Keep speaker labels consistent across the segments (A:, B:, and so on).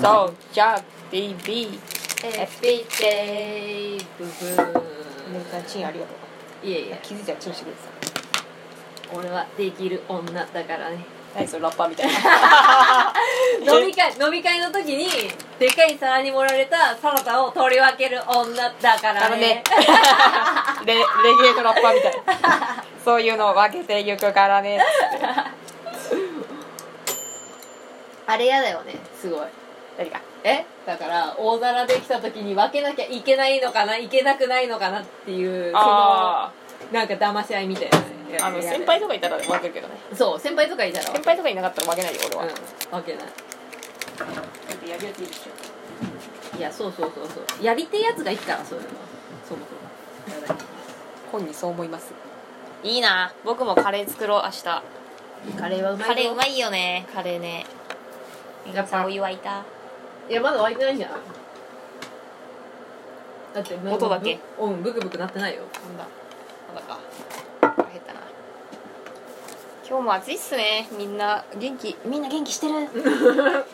A: そう、じゃあ、BB。
B: Happy day, boo
A: メル
B: boo.
A: カンチンありがと
B: いえいうえ。、
A: 気づいたらチンしてくれてた。
B: 俺はできる女だからね。
A: 何それ、ラッパーみたいな。
B: 飲み会、飲み会の時に、でかい皿に盛られたサラダを取り分ける女だから
A: あのね
B: ね。、
A: レレゲエとラッパーみたいな。そういうのを分けてゆくからね。
B: あれ嫌だよね、すごい。
A: 何か。
B: えだから、大皿できた時に分けなきゃいけないのかな、いけなくないのかなっていう、その、
A: あ
B: なんか騙し合いみたいなね。
A: あ、あの
B: やだやだ
A: 先輩とかいたら分けるけどね。
B: そう、先輩とかいたら。
A: 先輩とかいなかったら負けないよ、俺は。
B: うん、わけない。
A: やりやすいでしょ。
B: いやそうそうそうそうやりてえやつがいいからそういうのはそもそも
A: 本人そう思います。いいな。僕もカレー作ろう、明日。
B: カレーはうまい
C: カレーう
B: い
C: まいよねカレーねみかさんお湯沸いた
B: いやまだ沸いてないんじゃないだってま
C: 音だけ
B: ぶうんブクブクなってないよ
C: なんだなんだか腹減ったな今日も暑いっすねみんな元気みんな元気してる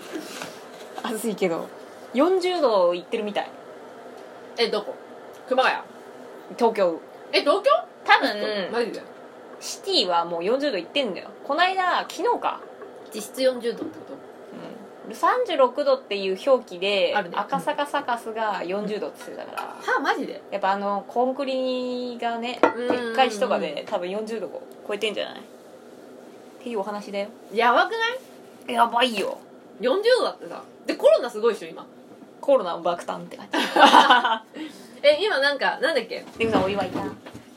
A: 暑いけど。40度いってるみたい。
B: えどこ熊谷
A: 東京。
B: え東京
C: 多
B: マ
C: 分
B: ジで
A: シティはもう40度いってんだよ。こないだ、昨日か。
B: 実質40度ってこと
A: うん36度っていう表記で、
B: あるね
A: 赤坂サカスが40度っつってたから、
B: はあマジで
A: やっぱあのコンクリがね
B: うんうんうん
A: でっかい人がね多分40度を超えてんじゃないっていうお話だよ
B: やばくない
A: やばいよ
B: 40度だってさでコロナすごいでしょ今
A: コロナの爆誕っ て感じ
B: え今なんかなんだっけ
C: でもさんお湯沸いた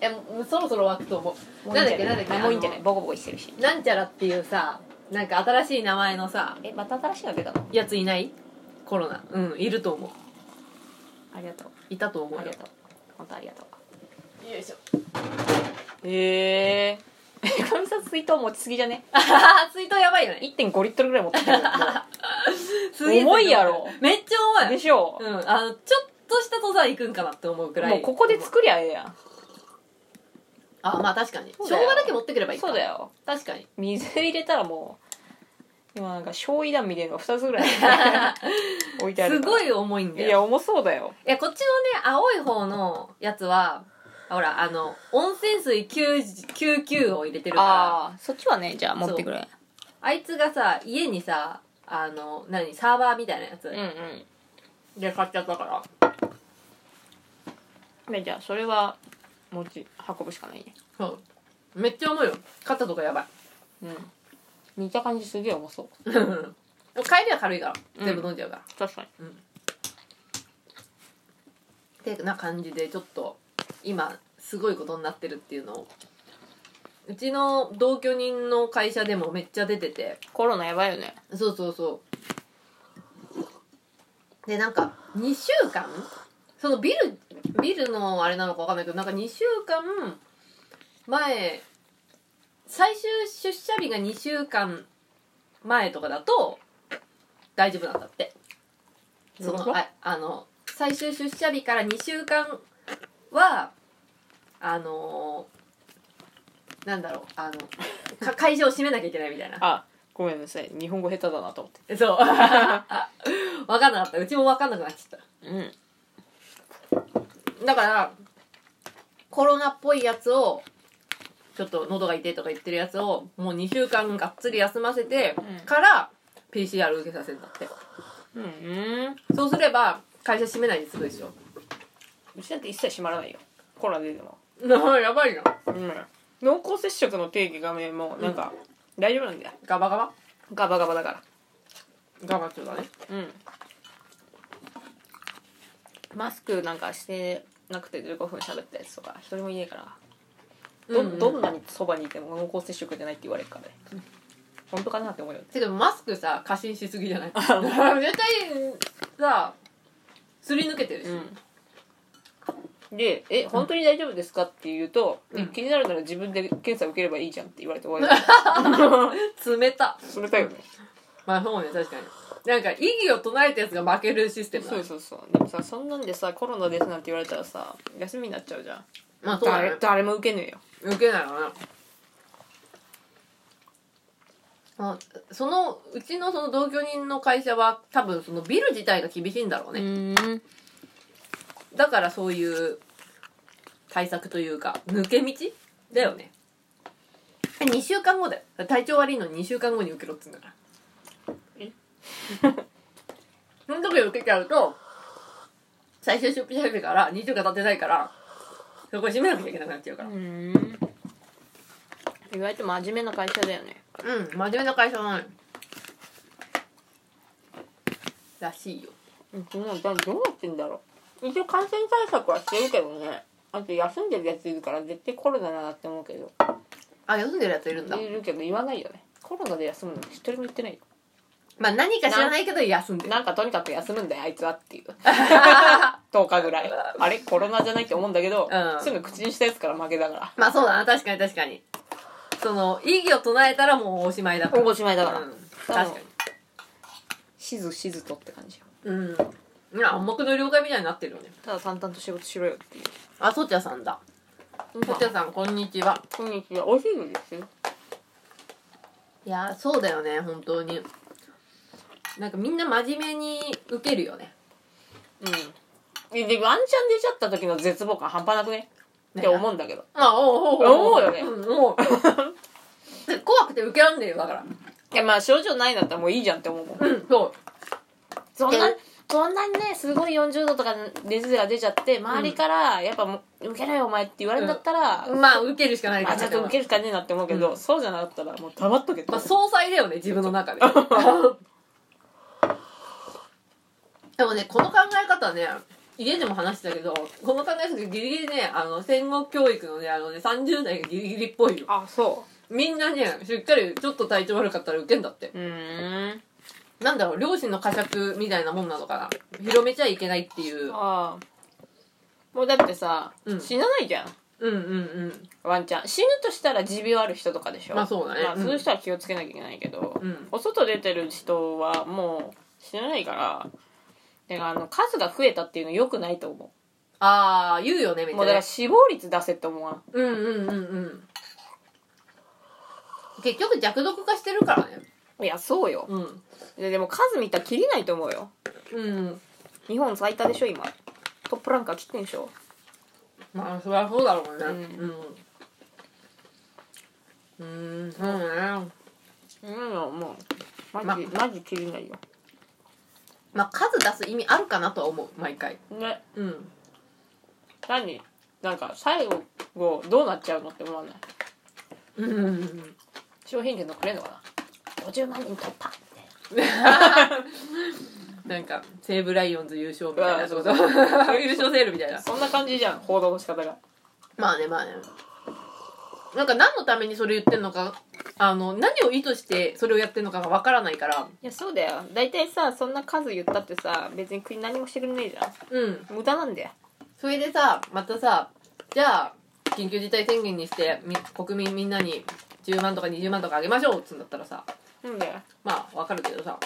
B: えもうそろそろ沸くと思う
A: もう
B: ない
A: い
B: ん
A: ん
B: だ
A: じ
B: っ
A: ゃ
B: け
A: ない
B: なんだっけ
A: もういいんじゃない
B: あの
A: ボコボコしてるし
B: なんちゃらっていうさなんか新しい名前のさ
C: えまた新しいの出たの
B: やついないコロナうんいると思う
C: ありがとう
B: いたと思う
C: あ
B: よ
C: りがとう本当ありがとう
B: よいしょ
A: へえかみさん水筒持ちすぎじ ゃね
B: あー水筒やばいよね
A: 1.5リットルぐらい持ってるも
B: すげえ
A: 重いやろ
B: めっちゃ
A: う
B: 重
A: で
B: い
A: しょ
B: うんあのちょっとした登山行くんかなって思うくらい
A: もうここで作りゃええや
B: あまあ確かに
A: そう
B: 生姜
A: だよ
B: だけ持ってくればい
A: ん
B: いか
A: そうだよ
B: 確かに
A: 水入れたらもう今なんか醤油弾みたいなのが2つぐ らい置いてある
B: す
A: から
B: ごい重いんだ
A: い
B: よいや
A: や重そうだよ
B: こっちのね青い方のやつはほらあの温泉水99を入れてるからあ
C: あそっちはねじゃあ
B: 持ってく
C: れ
B: いつがさ家にさあの何サーバーみたいなやつ
C: う、んう
B: で買っちゃったから
C: んでじゃあそれは持ち運ぶしかないね
B: そうめっちゃ重いよ肩とか やばい
C: うん見た感じすげえ重そう
B: うん帰りは軽いから
C: うん
B: 全部飲んじゃうから、
C: 確かに
B: ってな感じでちょっと今すごいことになってるっていうのをうちの同居人の会社でもめっちゃ出てて
C: コロナやばいよね
B: そうそうそうでなんか2週間そのビルビルのあれなのかわかんないけどなんか2週間前最終出社日が2週間前とかだと大丈夫なんだってそ
C: どういうこと
B: のああの最終出社日から2週間はあのーなんだろうあのか会場を閉めなきゃいけないみたいな
A: あごめんなさい日本語下手だなと思って
B: そう。 わかんなかった。うちもわかんなくなっちゃっ
C: うん
B: た。だから、コロナっぽいやつを、ちょっと喉が痛いとか言ってるやつを、もう2週間がっつり休ませて
C: うん
B: から、PCR 受けさせるんだって。
C: うんうん
B: そうすれば、会社閉めないですぐでしょ。
C: うちだって一切閉まらないよコロナ出ても
B: なあやばいな。
C: うん濃厚接触の定義がねもうなんか大丈夫なんだよ、
B: ガバガバ
C: ガバガバだか
B: ガバ中だね。
C: らうんマスクなんかしてなくて15分喋ったやつとか一人もいねえからど,、、
B: うんうんん
C: どんなにそばにいても濃厚接触じゃないって言われるからね、本当かなって思うよね
B: てか、マスクさ、過信しすぎじゃない 絶対、さ、すり抜けてるし。
C: うん、で「え本当に大丈夫ですか?」って言うと、
B: うん
C: 気になるなら自分で検査受ければいいじゃん」って言われて終わ り
B: 冷た。
C: それだよね
B: まあそうね、確かに。なんか、異議を唱えたやつが負けるシステムだ
C: そ
B: ね
C: うそうそうでもさそんなんでさコロナですなんて言われたらさ休みになっちゃうじゃん
B: まあそうだね
C: 誰。誰も受けねえよ
B: 受けないわな。まあ、そのうちのその同居人の会社は多分そのビル自体が厳しいんだろう
C: う
B: ね、
C: ーん
B: だからそういう対策というか抜け道だよね2週間後だよ体調悪いのに2週間後に受けろっつうんだから
D: え
B: その時受けちゃうと最終出費準備から2週間経ってないからそこ閉めなくちゃいけなくなっちゃうから
C: うん意外と真面目な会社だよね
B: うん真面目な会社なのよらしいよ
C: うんどうなどうなってんだろう一応感染対策はしてるけどねあと休んでるやついるから絶対コロナだなって思うけど
B: あ休んでるやついるんだ
C: いるけど言わないよねコロナで休むの一人も言ってないよ
B: まあ何か知らないけど休んでる
C: なんかとにかく休むんだよあいつはって いう10日ぐらいあれコロナじゃないって思うんだけど、
B: うん
C: すぐ口にしたやつから負けだから
B: まあそうだな確かに確かにその異議を唱えたらもうおしまいだから
C: おしまいだから、
B: うん、確か
C: しずしずとって感じよ
B: にうんいや暗黙の了解みたいになってるよね
C: ただ淡々と仕事しろよっていう
B: あそちゃさんだそちゃさんこんにちは
C: こんにちはおいしいのですよ
B: いやそうだよね本当になんかみんな真面目に受けるよね
C: うんでワンチャン出ちゃった時の絶望感半端なくねって思うんだけど
B: まあおうおう
C: 思うよね
B: ん 思うで怖くて受けらんねえよだから
C: いやまあ症状ないんだったらもういいじゃんって思うもん
B: うんそう
C: そん
B: い
C: な
B: や
C: そんなにねすごい40度とか熱が出ちゃって周りからやっぱもう受けろよお前って言われるんだったら、
B: まあ受けるしかない
C: まあちょっと受けるしかねえなって思うけど、
B: うん
C: そうじゃなかったらもう黙っとけって
B: まあ、総裁だよね自分の中で でもねこの考え方ね家でも話してたけどこの考え方ギリギリねあの戦後教育のねあのね30代がギリギリっぽいよ
C: あそ
B: みんなねしっかりちょっと体調悪かったら受けんだって
C: ううん
B: なんだろう両親の呵責みたいなもんなのかな広めちゃいけないっていう
C: ああもうだってさ、
B: うん
C: 死なないじゃん
B: うんうんうん
C: ワンちゃん死ぬとしたら持病ある人とかでしょ
B: まあそうだね
C: まあ、
B: うん
C: そういう人は気をつけなきゃいけないけど、
B: うん
C: お外出てる人はもう死なないからだからあの数が増えたっていうのよくないと思
B: ああ言うよね
C: う
B: み
C: も
B: た
C: う
B: い
C: だか
B: な
C: ら死亡率出せって思わん
B: うんうんうんうん結局弱毒化してるからね
C: いやそうよ
B: うん
C: ででも数見たら切りないと思うよ
B: うん
C: 日本最多でしょ今トップランカー切ってんでしょ
B: まあそりゃそうだろうね
C: う
B: うんうんんそうね
C: うんもうマ
B: マ
C: ジ
B: ジ
C: マジ切りないよ
B: まあ数出す意味あるかなとは思う毎回
C: ね
B: うん
C: 何なんか最後どうなっちゃうのって思わない
B: うん
C: 商品券のくれんのかな50万人突破
B: なんか西武ライオンズ優勝みたいな
C: あそ
B: そうう
C: そう
B: そう 優勝セールみたいな
C: そんな感じじゃん報道の仕方が
B: まあねまあねなんか何のためにそれ言ってんのかあの何を意図してそれをやってんのかがわからないから
C: いやそうだよ大体さそんな数言ったってさ別に国何もしてくれねえじゃ
B: うん
C: ん無駄なんだよ
B: それでさまたさじゃあ緊急事態宣言にしてみ国民みんなに10万とか20万とかあげましょうっつうんだったらさ
C: なんだよ
B: まあわかるけどさ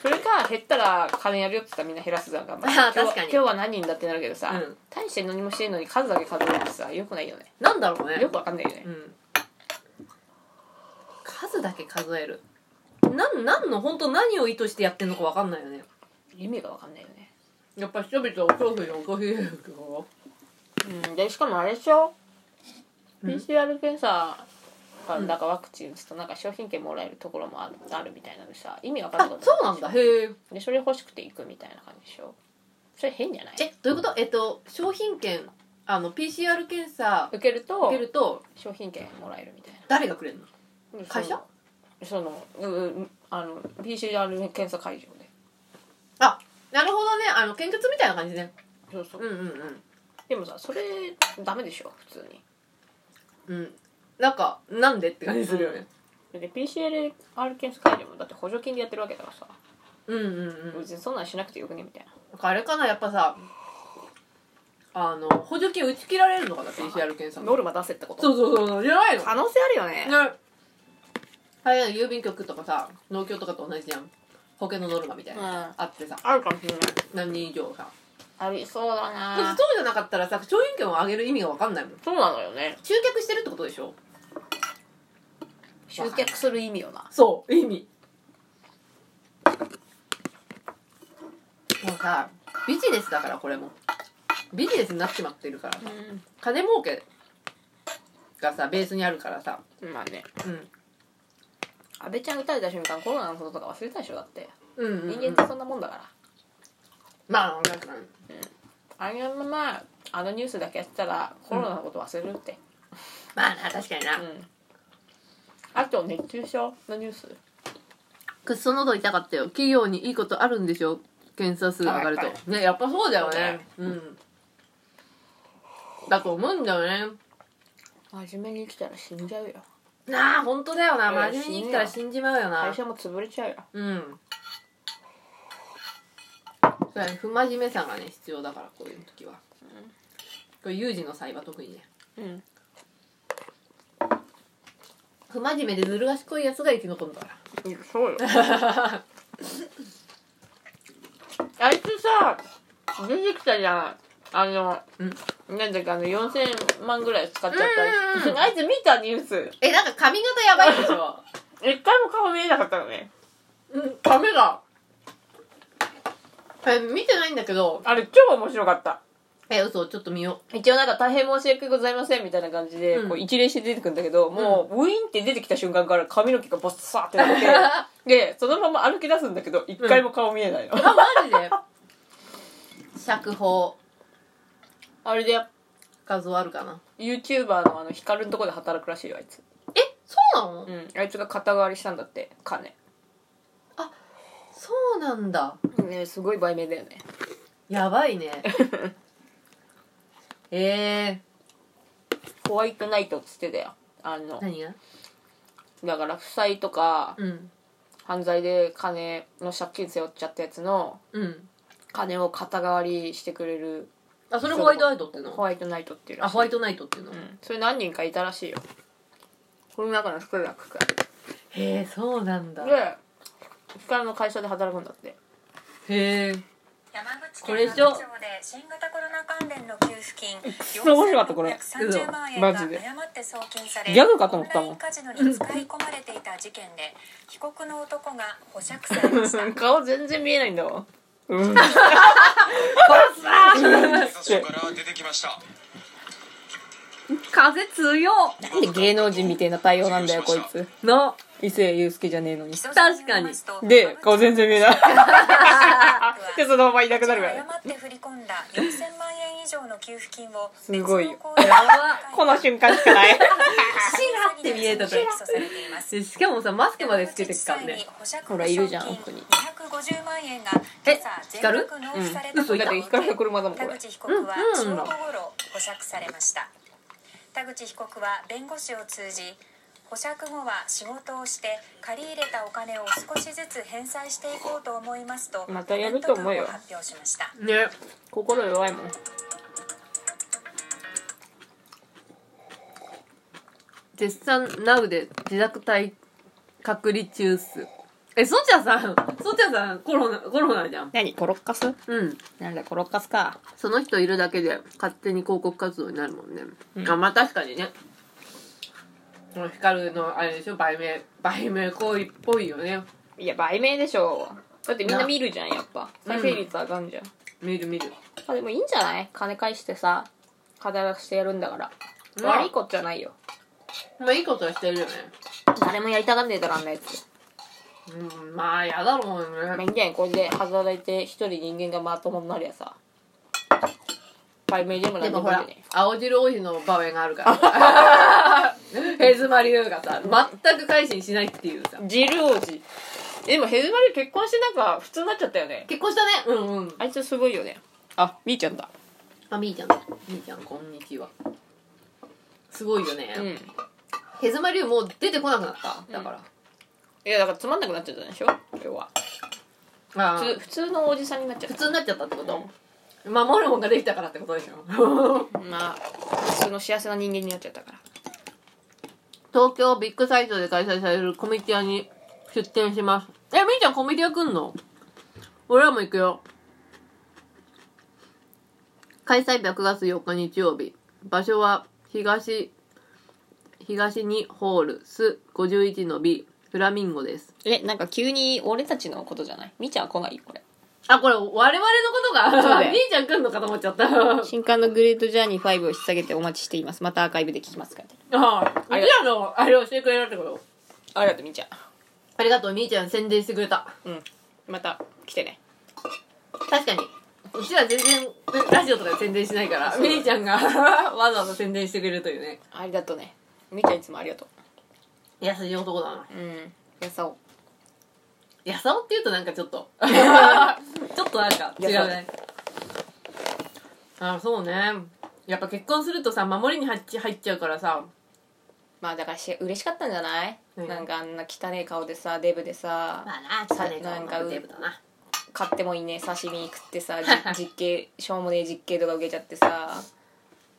C: それか減ったら金やるよって言ったらみんな減らすじゃん頑張って
B: あー
C: 今日は
B: 確かに
C: 今日は何人だってなるけどさ、
B: うん
C: 大して何もしてんのに数だけ数えるってさよくないよね
B: なんだろうね
C: よくわかんないよね
B: うん数だけ数えるなん何の本当何を意図してやってんのかわかんないよね
C: 意味がわかんないよね
B: やっぱ人々は恐怖に恐れるけど
C: うんでしかもあれでしょ
B: うん
C: PCR 検査が
B: うん
C: なんかワクチン打つとなんか商品券もらえるところもあるあるみたいなのでさ意味わかんな
B: あ
C: かった
B: そうなんだへえ
C: でそれ欲しくて行くみたいな感じでしょそれ変じゃない
B: えどういうことえっと商品券あの PCR 検査
C: 受けると
B: 受けると
C: 商品券もらえるみたい
B: 誰がくれるの
C: な
B: 会社
C: そのううあの PCR 検査会場で
B: あなるほどねあの献血みたいな感じね
C: そうそううん
B: うんうん
C: でもさそれダメでしょ普通に
B: うんなんかなんでって感じするよね
C: で PCR 検査会場もだって補助金でやってるわけだからさ
B: うんうんうん
C: 別にそんなんしなくてよくねみたいな
B: なんかあれかなやっぱさあの補助金打ち切られるのかな PCR 検査の
C: ノルマ出せってこと
B: そうそうそうじゃないの
C: 可能性あるよね
B: ねあれ郵便局とかさ農協とかと同じじゃん保険のノルマみたいな、
C: うん
B: あってさ
C: あるかもしれない
B: 何人以上さ
C: ありそうだ
B: そう
C: な
B: じゃなかったらさ商品券を上げる意味が分かんないもん
C: そうなのよね
B: 集客してるってことでしょ
E: 集客する意味よな
B: そう意味もうさビジネスだからこれもビジネスになっちまってるから
E: う
B: 金儲けがさベースにあるからさ
C: うんまあね
B: うん
E: ん安倍ちゃん打たれた瞬間コロナのこととか忘れたでしょだって
B: うんうん、
E: 人間ってそんなもんだから
B: まあなんか
C: あれのままあのニュースだけやってたらコロナのこと忘れるって
B: まあな確かにな、
C: うん、あと熱中症のニュース
B: くっそ喉痛かったよ企業にいいことあるんでしょ検査数上がると
C: あやっ
B: ねやっぱそうだよ
C: そうだよ
B: ねうんだと思うんだよね
C: 真面目に生きたら死んじゃうよ
B: なあ本当だよな
C: うん
B: 真面目に生きたら死んじまうよ
C: 会
B: な
C: 社も潰れちゃうよ
B: うんそうやね不真面目さがね必要だからこういう時は、これ有事の際は特にね
C: うん
B: 不真面目でずる賢いやつが生き残るんだから
C: そうよあいつさ出てきたじゃんあの、なんだっけあの4000万ぐらい使っちゃった
B: うんうんうん
C: あいつ見たニュース
B: えなんか髪型やばいでし ょ、
C: 一回も顔見えなかったのね
B: うん、髪がえ見てないんだけど
C: あれ超面白かった
B: え嘘ちょっと見よ
C: 一応なんか大変申し訳ございませんみたいな感じで、
B: うん
C: こう一礼して出てくるんだけど、もうウィーンって出てきた瞬間から髪の毛がボッサーってな って でそのまま歩き出すんだけど一回も顔見えないの、
B: あマジで釈放
C: あれで
B: 画像あるかな
C: YouTuber のあの光のとこで働くらしいよあいつ
B: えそうなの、
C: うんあいつが肩代わりしたんだって金
B: そうなんだ
C: ねすごい売名だよね
B: やば いねえ
C: ホワイトナイトっつってたよあの
B: ー、何が
C: だから負債とか
B: うん
C: 犯罪で金の借金背負っちゃったやつの
B: うん
C: 金を肩代わりしてくれる
B: あそれホワイトナイトっていう
C: ホ
B: の
C: ワイトナイトっていうら
B: あ
C: しい
B: ホワイトナイトっていうの、
C: う
B: へ
C: んそれ何人かいたらしいよこの中の一人がく
B: えそうなんだへ
C: で光の会社で働くんだって
B: え
F: 山口
B: これ
F: 県
B: 以上
F: 阿武町で新型コロナ関連の給付金
C: そ面白かったこれ
F: 4630万円
C: マ
F: が
C: ジで
F: 誤って送金され
C: ギャグかと思ったもん
F: オンラインカジノに使い込まれていた事件で被告の男が保釈され ました
C: 顔全然見えないんだわうん
A: 警察署から出てきました
B: 風強っ
C: なんで芸能人みたいな対応なんだよこいつ
B: な
C: 伊勢祐介じゃねえのに
F: 起訴状によりますと
C: で顔全然見えないでそのままいなくなるからね
F: 誤って振り込んだ4000万円以上の給付金を
C: すごいよ
F: 別の口座に
C: この瞬間しかない
B: らって見えた
F: 起訴されています
B: でしかもさマスクまでつけてっからね
C: ほらいるじゃん奥に
F: 250万円が今朝全額納付された
C: 嘘
F: と
C: だって光の車だもんこ
F: 田
C: れ
F: 口被告は
B: うん
F: 正午頃保釈されました田口被告は弁護士を通じ保釈後は仕事をして借り入れたお金を少しずつ返済していこうと思いますと
C: またやると思うよ
F: 納得を発表しました
B: ね
C: 心弱いもん
B: 絶賛 NOW で自宅待隔離中っすえそちゃさんそちゃさんコロナコロナじゃん
C: 何コロッカス
B: うん
C: なんだコロッカスか
B: その人いるだけで勝手に広告活動になるもんね、
C: うん
B: あまあ確かにねこの光のあれでしょ売名売名行為っぽいよね
C: いや売名でしょだってみんな見るじゃんやっぱ再生率上がんじゃん、
B: 見る見る
C: あでもいいんじゃない金返してさ働かしてやるんだから、
B: うん
C: 悪いことじゃないよ
B: まあいいことはしてるよね
C: 誰もやりたがんねえだろあんなやつ
B: うんまあやだろう
C: まあ
B: ね
C: いいんじゃないこれで働いて一人人間がまともになりゃさ売名でもな
B: で
C: んで
B: も
C: も
B: ほ
C: いいよ
B: ら
C: ね
B: 青汁王子の場面があるから ヘズマリュウがさ全く改心しないっていうさ
C: ジル王子えでもヘズマリ結婚してなんか普通になっちゃったよね
B: 結婚したねうんうん
C: あいつすごいよねあみーちゃんだ
B: あみーちゃんだみーちゃんこんにちはすごいよね、
C: うん
B: ヘズマリュウもう出てこなくなっただから、
C: いやだからつまんなくなっちゃったでしょ今日は
B: ああ
C: 普通普通のおじさんになっちゃっ
B: 普
C: た
B: 通になっちゃったってこと、守るもんができたからってことでしょ
C: まあ普通の幸せな人間になっちゃったから
B: 東京ビッグサイトで開催されるコミティアに出店しますえみーちゃんコミティア来んの俺らも行くよ開催日は9月4日日曜日場所は東東にホールス51の B フラミンゴです
C: えなんか急に俺たちのことじゃないみーちゃんは来ないよこれ
B: あこれ我々のこと
C: そう
B: が
C: だよ
B: みーちゃん来んのかと思っちゃった
C: 新刊のグレートジャーニー5を引っ提げてお待ちしていますまたアーカイブで聞きますから
B: ああうちらのあれをしてくれたってこと
C: ありがとうみーちゃん
B: ありがとうみーちゃん宣伝してくれた
C: うんまた来てね
B: 確かにうちら全然ラジオとかで宣伝しないからみーちゃんが わざわざ宣伝してくれるというね
C: ありがとうねみーちゃんいつもありがと
B: 優しい男だな
C: ううんやさお
B: 優男っていうとなんかちょっ とちょっとなんか違うねあそうねやっぱ結婚するとさ守りに入っち入っちゃうからさ
C: まあだからし嬉しかったんじゃない、
B: うん
C: なんかあんな汚い顔でさデブでさ
B: まあな
C: さなんかう
B: デブだな
C: 買ってもいいね刺身食って さじ実刑しょうもねえ実刑とか受けちゃってさ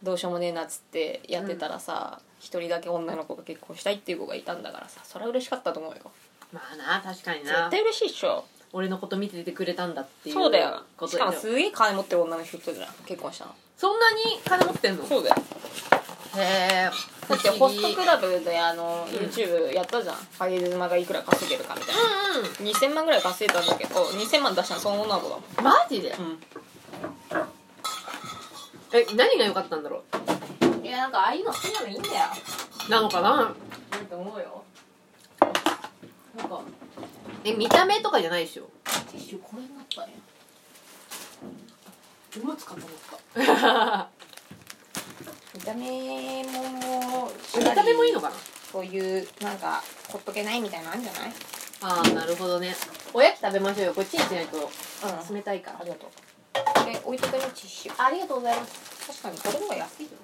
C: どうしようもねえなっつってやってたらさ一、人だけ女の子が結婚したいっていう子がいたんだからさそれは嬉しかったと思うよ
B: まあな確かに
C: 絶
B: な
C: 対嬉しいっしょ
B: 俺のこと見ててくれたんだっていう
C: そうだよ
B: こ
C: し
B: とでし
C: かも
B: ょ
C: すげえ金持ってる女の人じゃん結婚したの
B: そんなに金持ってんのへ
C: そうだよ
B: え
C: だって
B: 不
C: ホ
B: 思
C: ス
B: 議
C: トクラブであの YouTube やったじゃん影妻がいくら稼げるかみたいな
B: うんうん
C: 2000万ぐらい稼いだんだけど2000万出したのその女の子だもん
B: マジで、え何が良かったんだろ
C: いやなんかああいうの好きなのいいんだよ
B: うなのかない
C: いと思うよなんか
B: え見た目とかじゃないでしょ
C: ティッシュこれになったねうまつかと思った見た目も
B: 見た目もいいのかな
C: そういうなんかほっとけないみたいなのあるんじゃない
B: ああなるほどねおやき食べましょうよこれチンしないと
C: うん
B: 冷たいから
C: ありがとうえ置いとけのティッシュ
B: ありがとうございま
C: 確
B: す
C: かにこれの方が安いよね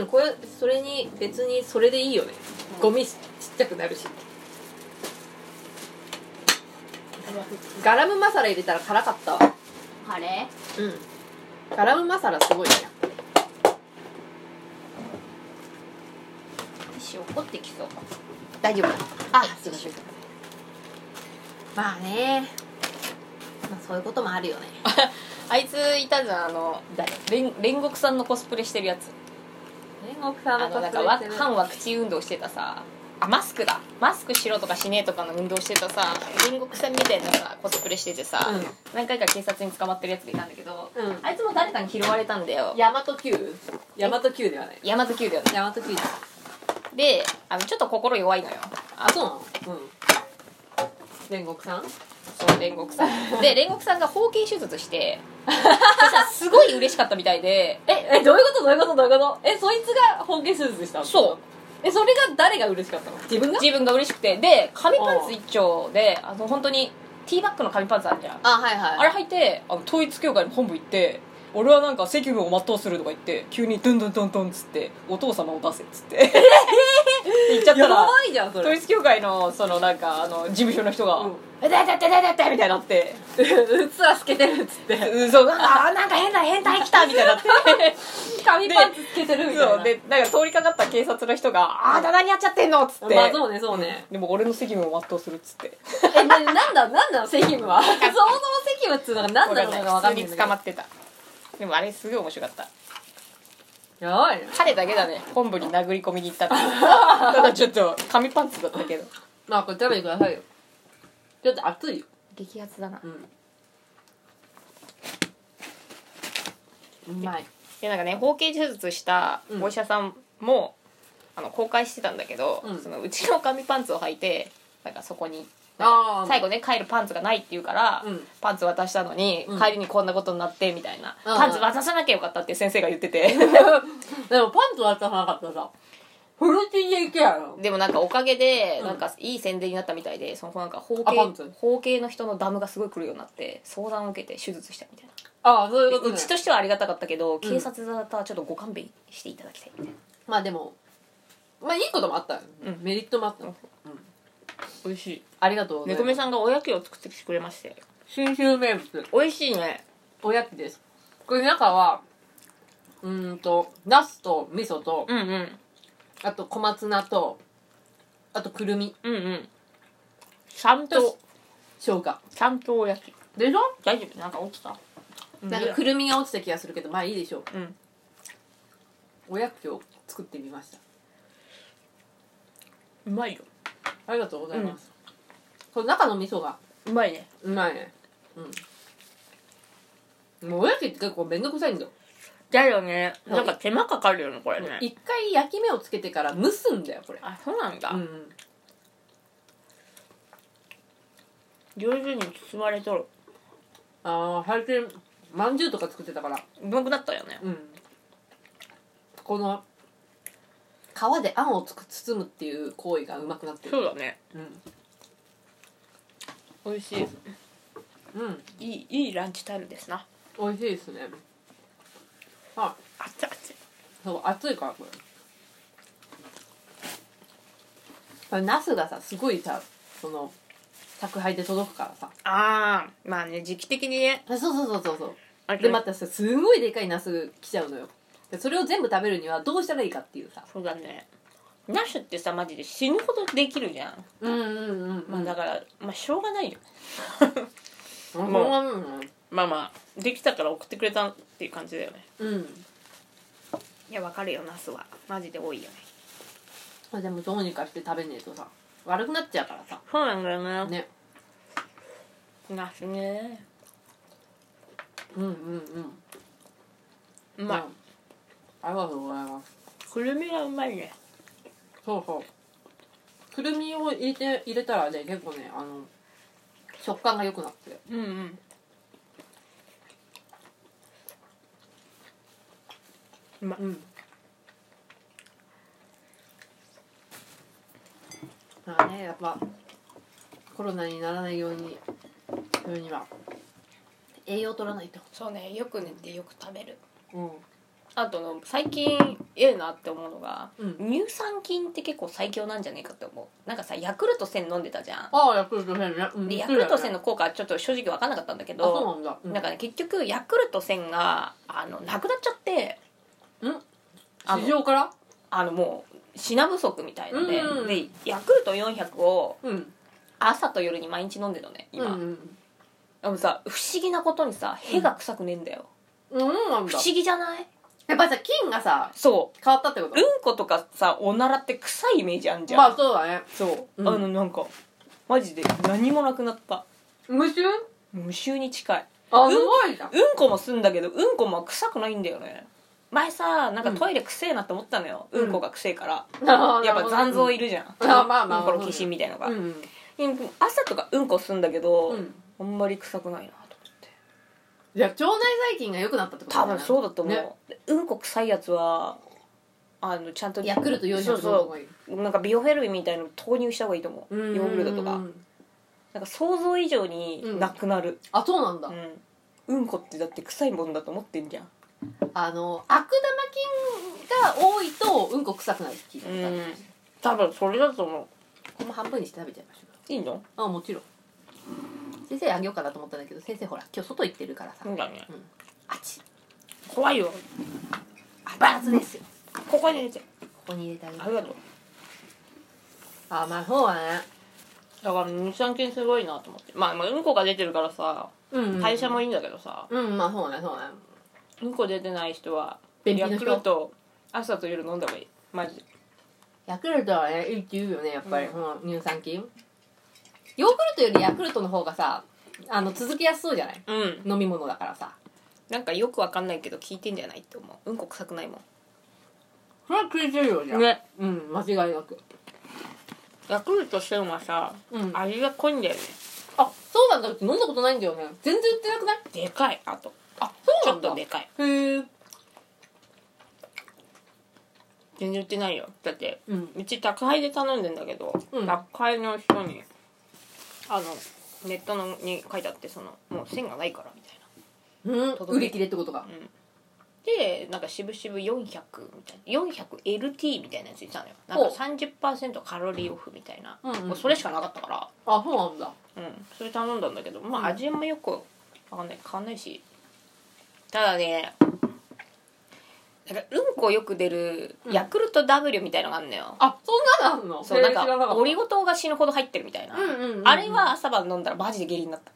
B: うんこれそれに別にそれでいいよね、
C: うん
B: ゴミちっちゃくなるしガラムマサラ入れたら辛かったわ
C: あれ
B: うんガラムマサラすごいね
C: ティッシュ怒ってきそう
B: 大丈夫
C: あすいません
B: まあねまあそういうこともあるよね
C: あいついたじゃんあの誰煉煉獄さんのコスプレしてるやつ
B: 煉獄さん
C: あ
B: の
C: の
B: コ
C: なん
B: ス
C: か
B: プレ
C: わ
B: してる
C: 反ワクチン運動してたさあマスクだマスクしろとかしねえとかの運動してたさ煉獄さんみたいなさコスプレしててさ、
B: うん
C: 何回か警察に捕まってるやつがいたんだけど、
B: うん
C: あいつも誰かに拾われたんだよ
B: 大和級大和級ではない
C: 大和急だよね
B: 大和級です
C: であのちょっと心弱いのよ
B: あそうなのうん煉獄さん
C: その煉獄さんで煉獄さんが包茎手術してそしたらすごい嬉しかったみたいで
B: ええどういうことどういうことどういうことえそいつが本気手術したの
C: そう
B: えそれが誰が嬉しかったの自分が
C: 自分が嬉しくてで紙パンツ一丁であの本当にティーバッグの紙パンツあるじゃん
B: あはいはい
C: あれ履いてあの統一教会の本部行って俺はなんか責務を全うするとか言って急にドンドンドンドンっつってお父様を出せっつって言っちゃった
B: やば
C: ら
B: いじゃんそ
C: 統
B: れ
C: 一教会のそのなんかあの事務所の人が
B: うん
C: 「えだだだだだだ」みたいになって
B: うつら透けてるっつっ
C: 「
B: て
C: うんそうあーなんか変だ変態来た」みたいになって
B: 紙パンツつけてるみたいな
C: そうでなんか通りかかった警察の人が「あーだだにやっちゃってんの」っつって、
B: まあそうねそうね
C: でも俺の責務を全うするっつって
B: えななんだなんだの責務はそもそも責務っつうのが何なのかが分かんない
C: 普
B: ん
C: 通に
B: だけ
C: 捕
B: ど
C: まってたでもあれすごい面白かった
B: やばいね
C: 彼だけだね本部に殴り込みに行 ったってただちょっと紙パンツだったけど
B: まあこれ食べてくださいよちょっと熱いよ
C: 激アツだな
B: うんう まい
C: でなんかね包茎手術した
B: うん
C: お医者さんも、あの公開してたんだけど、
B: うん
C: そのうちの紙パンツを履いてなんかそこに
B: あ
C: 最後ね帰るパンツがないって言うから、
B: うん
C: パンツ渡したのに、
B: うん
C: 帰りにこんなことになってみたいな、
B: うん
C: パンツ渡さなきゃよかったって先生が言ってて
B: でもパンツはさなかったらさフルチンでいけや ろ
C: でもなんかおかげで
B: うん
C: なんかいい宣伝になったみたいでそのなんか包
B: あパン
C: 茎
B: ツ
C: 包茎の人のダムがすごい来るようになって相談を受けて手術したみたいな
B: ああそういうこと
C: う
B: ね
C: ちとしてはありがたかったけど警察沙汰はちょっとご勘弁していただきたいみたい
B: まあでもまあいいこともあったよ、
C: うん
B: メリットもあった、
C: うん美味しい
B: ありがとうござい
C: 猫
B: ま
C: 目
B: す
C: さんがおやきを作ってきてくれまして
B: 信州名物
C: 美味しいね
B: おやきですこれ中はうーんとナスと味噌と
C: うんうん
B: あと小松菜とあとくるみ
C: うんうんちゃん
B: と
C: と
B: 生姜
C: ちゃんとおやき
B: でしょ
C: 大丈夫なんか落ちた
B: なんかくるみが落ちた気がするけどまあいいでしょう
C: うん
B: おやきを作ってみました
A: うまいよ
B: ありがとうございます、この中の味噌が
A: うまいね
B: うまいねうんもうおやきって結構めんどくさいんだよ
A: だよねなんか手間かかるよねこれね
B: 一回焼き目をつけてから蒸すんだよこれ
A: あそうなんだ、
B: うん
A: 上手に包まれとる
B: ああ最近まんじゅうとか作ってたから
A: うまくなったよね
B: うんこの皮であんをつく包むっていう行為がうまくなって
A: そう
B: る
A: だね
B: うん
A: 美味しい
B: うん
A: いいいいランチタイムですな
B: 美味しいですねあ
A: 熱々
B: そう熱いからこれこれナスがさすごいさその宅配で届くからさ
A: ああまあね時期的にね
B: あそうそうそうそうそう
A: あ
B: でまたさすごいでかいナス来ちゃうのよでそれを全部食べるにはどうしたらいいかっていうさ
A: そうだねナッシュってさマジで死ぬほどできるじゃん、
B: うんうんうん
A: まあだからまあしょうがないよ
B: もう
A: まあまあできたから送ってくれたっていう感じだよね
B: うん
A: いやわかるよナスはマジで多いよね
B: まあでもどうにかして食べねえとさ悪くなっちゃうからさ
A: そうなんだよね
B: ね
A: ナスね
B: うんうんうん
A: うまい、
B: うんありがとうございます
A: くるみがうまいね
B: そうそうくるみを入れて入れたらね結構ねあの食感が良くなって
A: うんうん
B: うんまあねやっぱコロナにならないようにするには栄養取らないと
C: そうねよく寝てよく食べる
B: うん
C: あとの最近ええなって思うのが
B: うん
C: 乳酸菌って結構最強なんじゃねえかって思うなんかさヤクルト1000飲んでたじゃん
B: ああヤクルト1000ね、うん、
C: でヤクルト1000
B: の
C: の効果はちょっと正直分かんなかったんだけ
B: あそう
C: ど
B: なんだ、う
C: なんかね結局ヤクルト1000があのなくなっちゃってあの
B: 市場から
C: あのもう品不足みたいので,、
B: うん
C: でヤクルト400を
B: うん
C: 朝と夜に毎日飲んでるのね今、
B: うんうん
C: でもさ不思議なことにさ屁が臭くねえんだよ、
B: うんそうなん
C: 不
B: だ
C: 思議じゃない
B: やっぱりさ菌がさ
C: そ
B: 変わったってこ
C: ううんことかさおならって臭いイメージあんじ
B: と
C: ゃん、
B: まあそうだね
C: そう、
B: うん
C: あのなんかマジで何もなくなった
B: 無臭
C: 無臭に近い
B: あ
C: うん
B: すごいじゃん
C: うんこもすんだけどうんこも臭くないんだよね前さなんかトイレ臭えなって思ったのよ、
B: う
C: うんん、こが臭えから、
B: あー
C: やっぱ残像
B: なる
C: いるじゃん、
B: うんあまあまあ
C: うんこの化身みたいのが、
B: ほどね
C: うん朝とかうんこすんだけど、
B: うんうん
C: あんまり臭くないなと思って
B: じゃあ腸内細菌が良くなったってこと
C: 多分そうだと思う、
B: ね
C: でうんこ臭いやつはあのちゃんと
B: ヤクルト400
C: そ
B: の
C: う
B: 方
C: そ
B: がいいう
C: なんかビオフェルミンみたいの投入した方がいいと思うヨーグルトと
B: う
C: か
B: ん
C: なんか想像以上になくなる、
B: あそうなんだ、
C: うんうんこってだって臭いもんだと思ってんじゃん
B: あの悪玉菌が多いとうんこ臭くなるって聞いたことある、
A: 多分それだと思
B: ここも半分にして食べちゃいましょ
C: いいの
B: うあもちろん先生あげようかなと思ったんだけど先生ほら今日外行ってるからさ、
A: うそうだね
B: あっち
A: 怖いよ
B: バツですよ
A: ここに入れて
B: ここに入れてあげる
A: ありがとう
B: あまあそうだね
A: だから乳酸菌すごいなと思ってまあまあうんこが出てるからさ
B: うん、うん、
A: 代謝もいいんだけどさ、
B: うんまあそうねそうね
A: うんこ出てない人は
B: 便秘の
A: ヤ
B: 人
A: クルト朝と夜飲んだ方がいいマジで
B: ヤクルトはねいいって言うよねやっぱり、
A: うん
B: この乳酸菌ヨーグルトよりヤクルトの方がさあの続けやすそうじゃない
A: うん
B: 飲み物だからさ
C: なんかよくわかんないけど聞いてんじゃないって思ううんこ臭くないもん
B: それは食いてるよじね
A: ね
B: うん間違いなく
A: ヤクルト1000はさ、
B: うん
A: 味が濃いんだよね
B: あそうなんだって飲んだことないんだよね全然売ってなくない
A: でかいあと
B: あそ
A: ち
B: う
A: ょ
B: なん
A: っ
B: だ
A: とでかい
B: へえ
A: 全然売ってないよだって
B: うん
A: うち宅配で頼んでんだけど、
B: うん
A: 宅配の人にあのネットのに書いてあってそのもう線がないからみたいな
B: うん
C: 届け
B: 売り切れってことか
A: でなんか渋々400みたいな 400LT みたいなやついたのよなんか30%カロリーオフみたいな、
B: うんうん
A: もうそれしかなかったか
B: あそうなんだ
A: ら、うん、それ頼んだんだけどま
B: うん
A: あ味もよくわかんない変わんないしただね
C: なんかうんこよく出る
B: うん
C: ヤクルト W みたいのがあるのよ、
B: あそんなのあんの
C: そうなん
B: へえ知ら
C: か
B: った
C: オ リゴ糖が死ぬほど入ってるみたいな、
B: うんうんうんうん
C: あれは朝晩飲んだらマジで下痢になった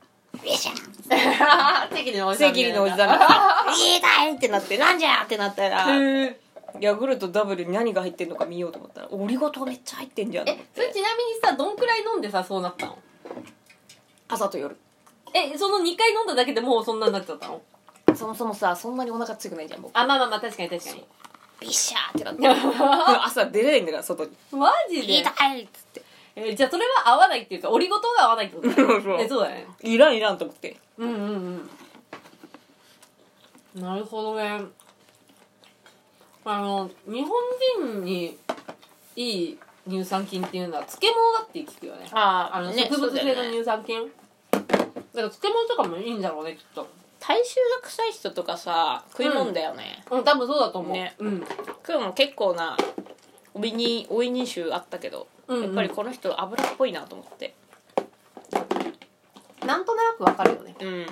C: よいしょ
B: 正義のおじさん
C: 正義のおじさんが「痛い!」ってなって「なんじゃ!」ってなったら
B: へえ
C: ヤクルト W に何が入ってんのか見ようと思ったらオリゴ糖めっちゃ入ってんじゃんと
B: え
C: 思っ
B: それ
C: て
B: ちなみにさどんくらい飲んでさそうなったの
C: 朝と夜
B: えその2回飲んだだけでもうそんなになっちゃったの
C: そもそもさそんなにお腹強くないじゃん僕
B: あまあまあまあ確かに確かに
C: ビシャーってなってで も朝出れないんだから外に
B: マジで
C: 痛いっつって
B: えーじゃあそれは合わないっていうかオリゴ糖が合わないってことだ
C: そう
B: ねえそうだね
C: いらんいらんと思って
B: うんうんうんなるほどねあの日本人にいい乳酸菌っていうのは漬物だって聞くよね
C: あ
B: あの植物性の乳酸菌だから漬物とかもいいんだろうねきっと
C: 体臭が臭い人とかさ食いもんだよね、
B: うん多分そうだと思う、
C: ね
B: うん
C: 食うもん結構なおいにおいに臭あったけど、
B: うんうん
C: やっぱりこの人油っぽいなと思って
B: なんとなくわかるよね
C: うん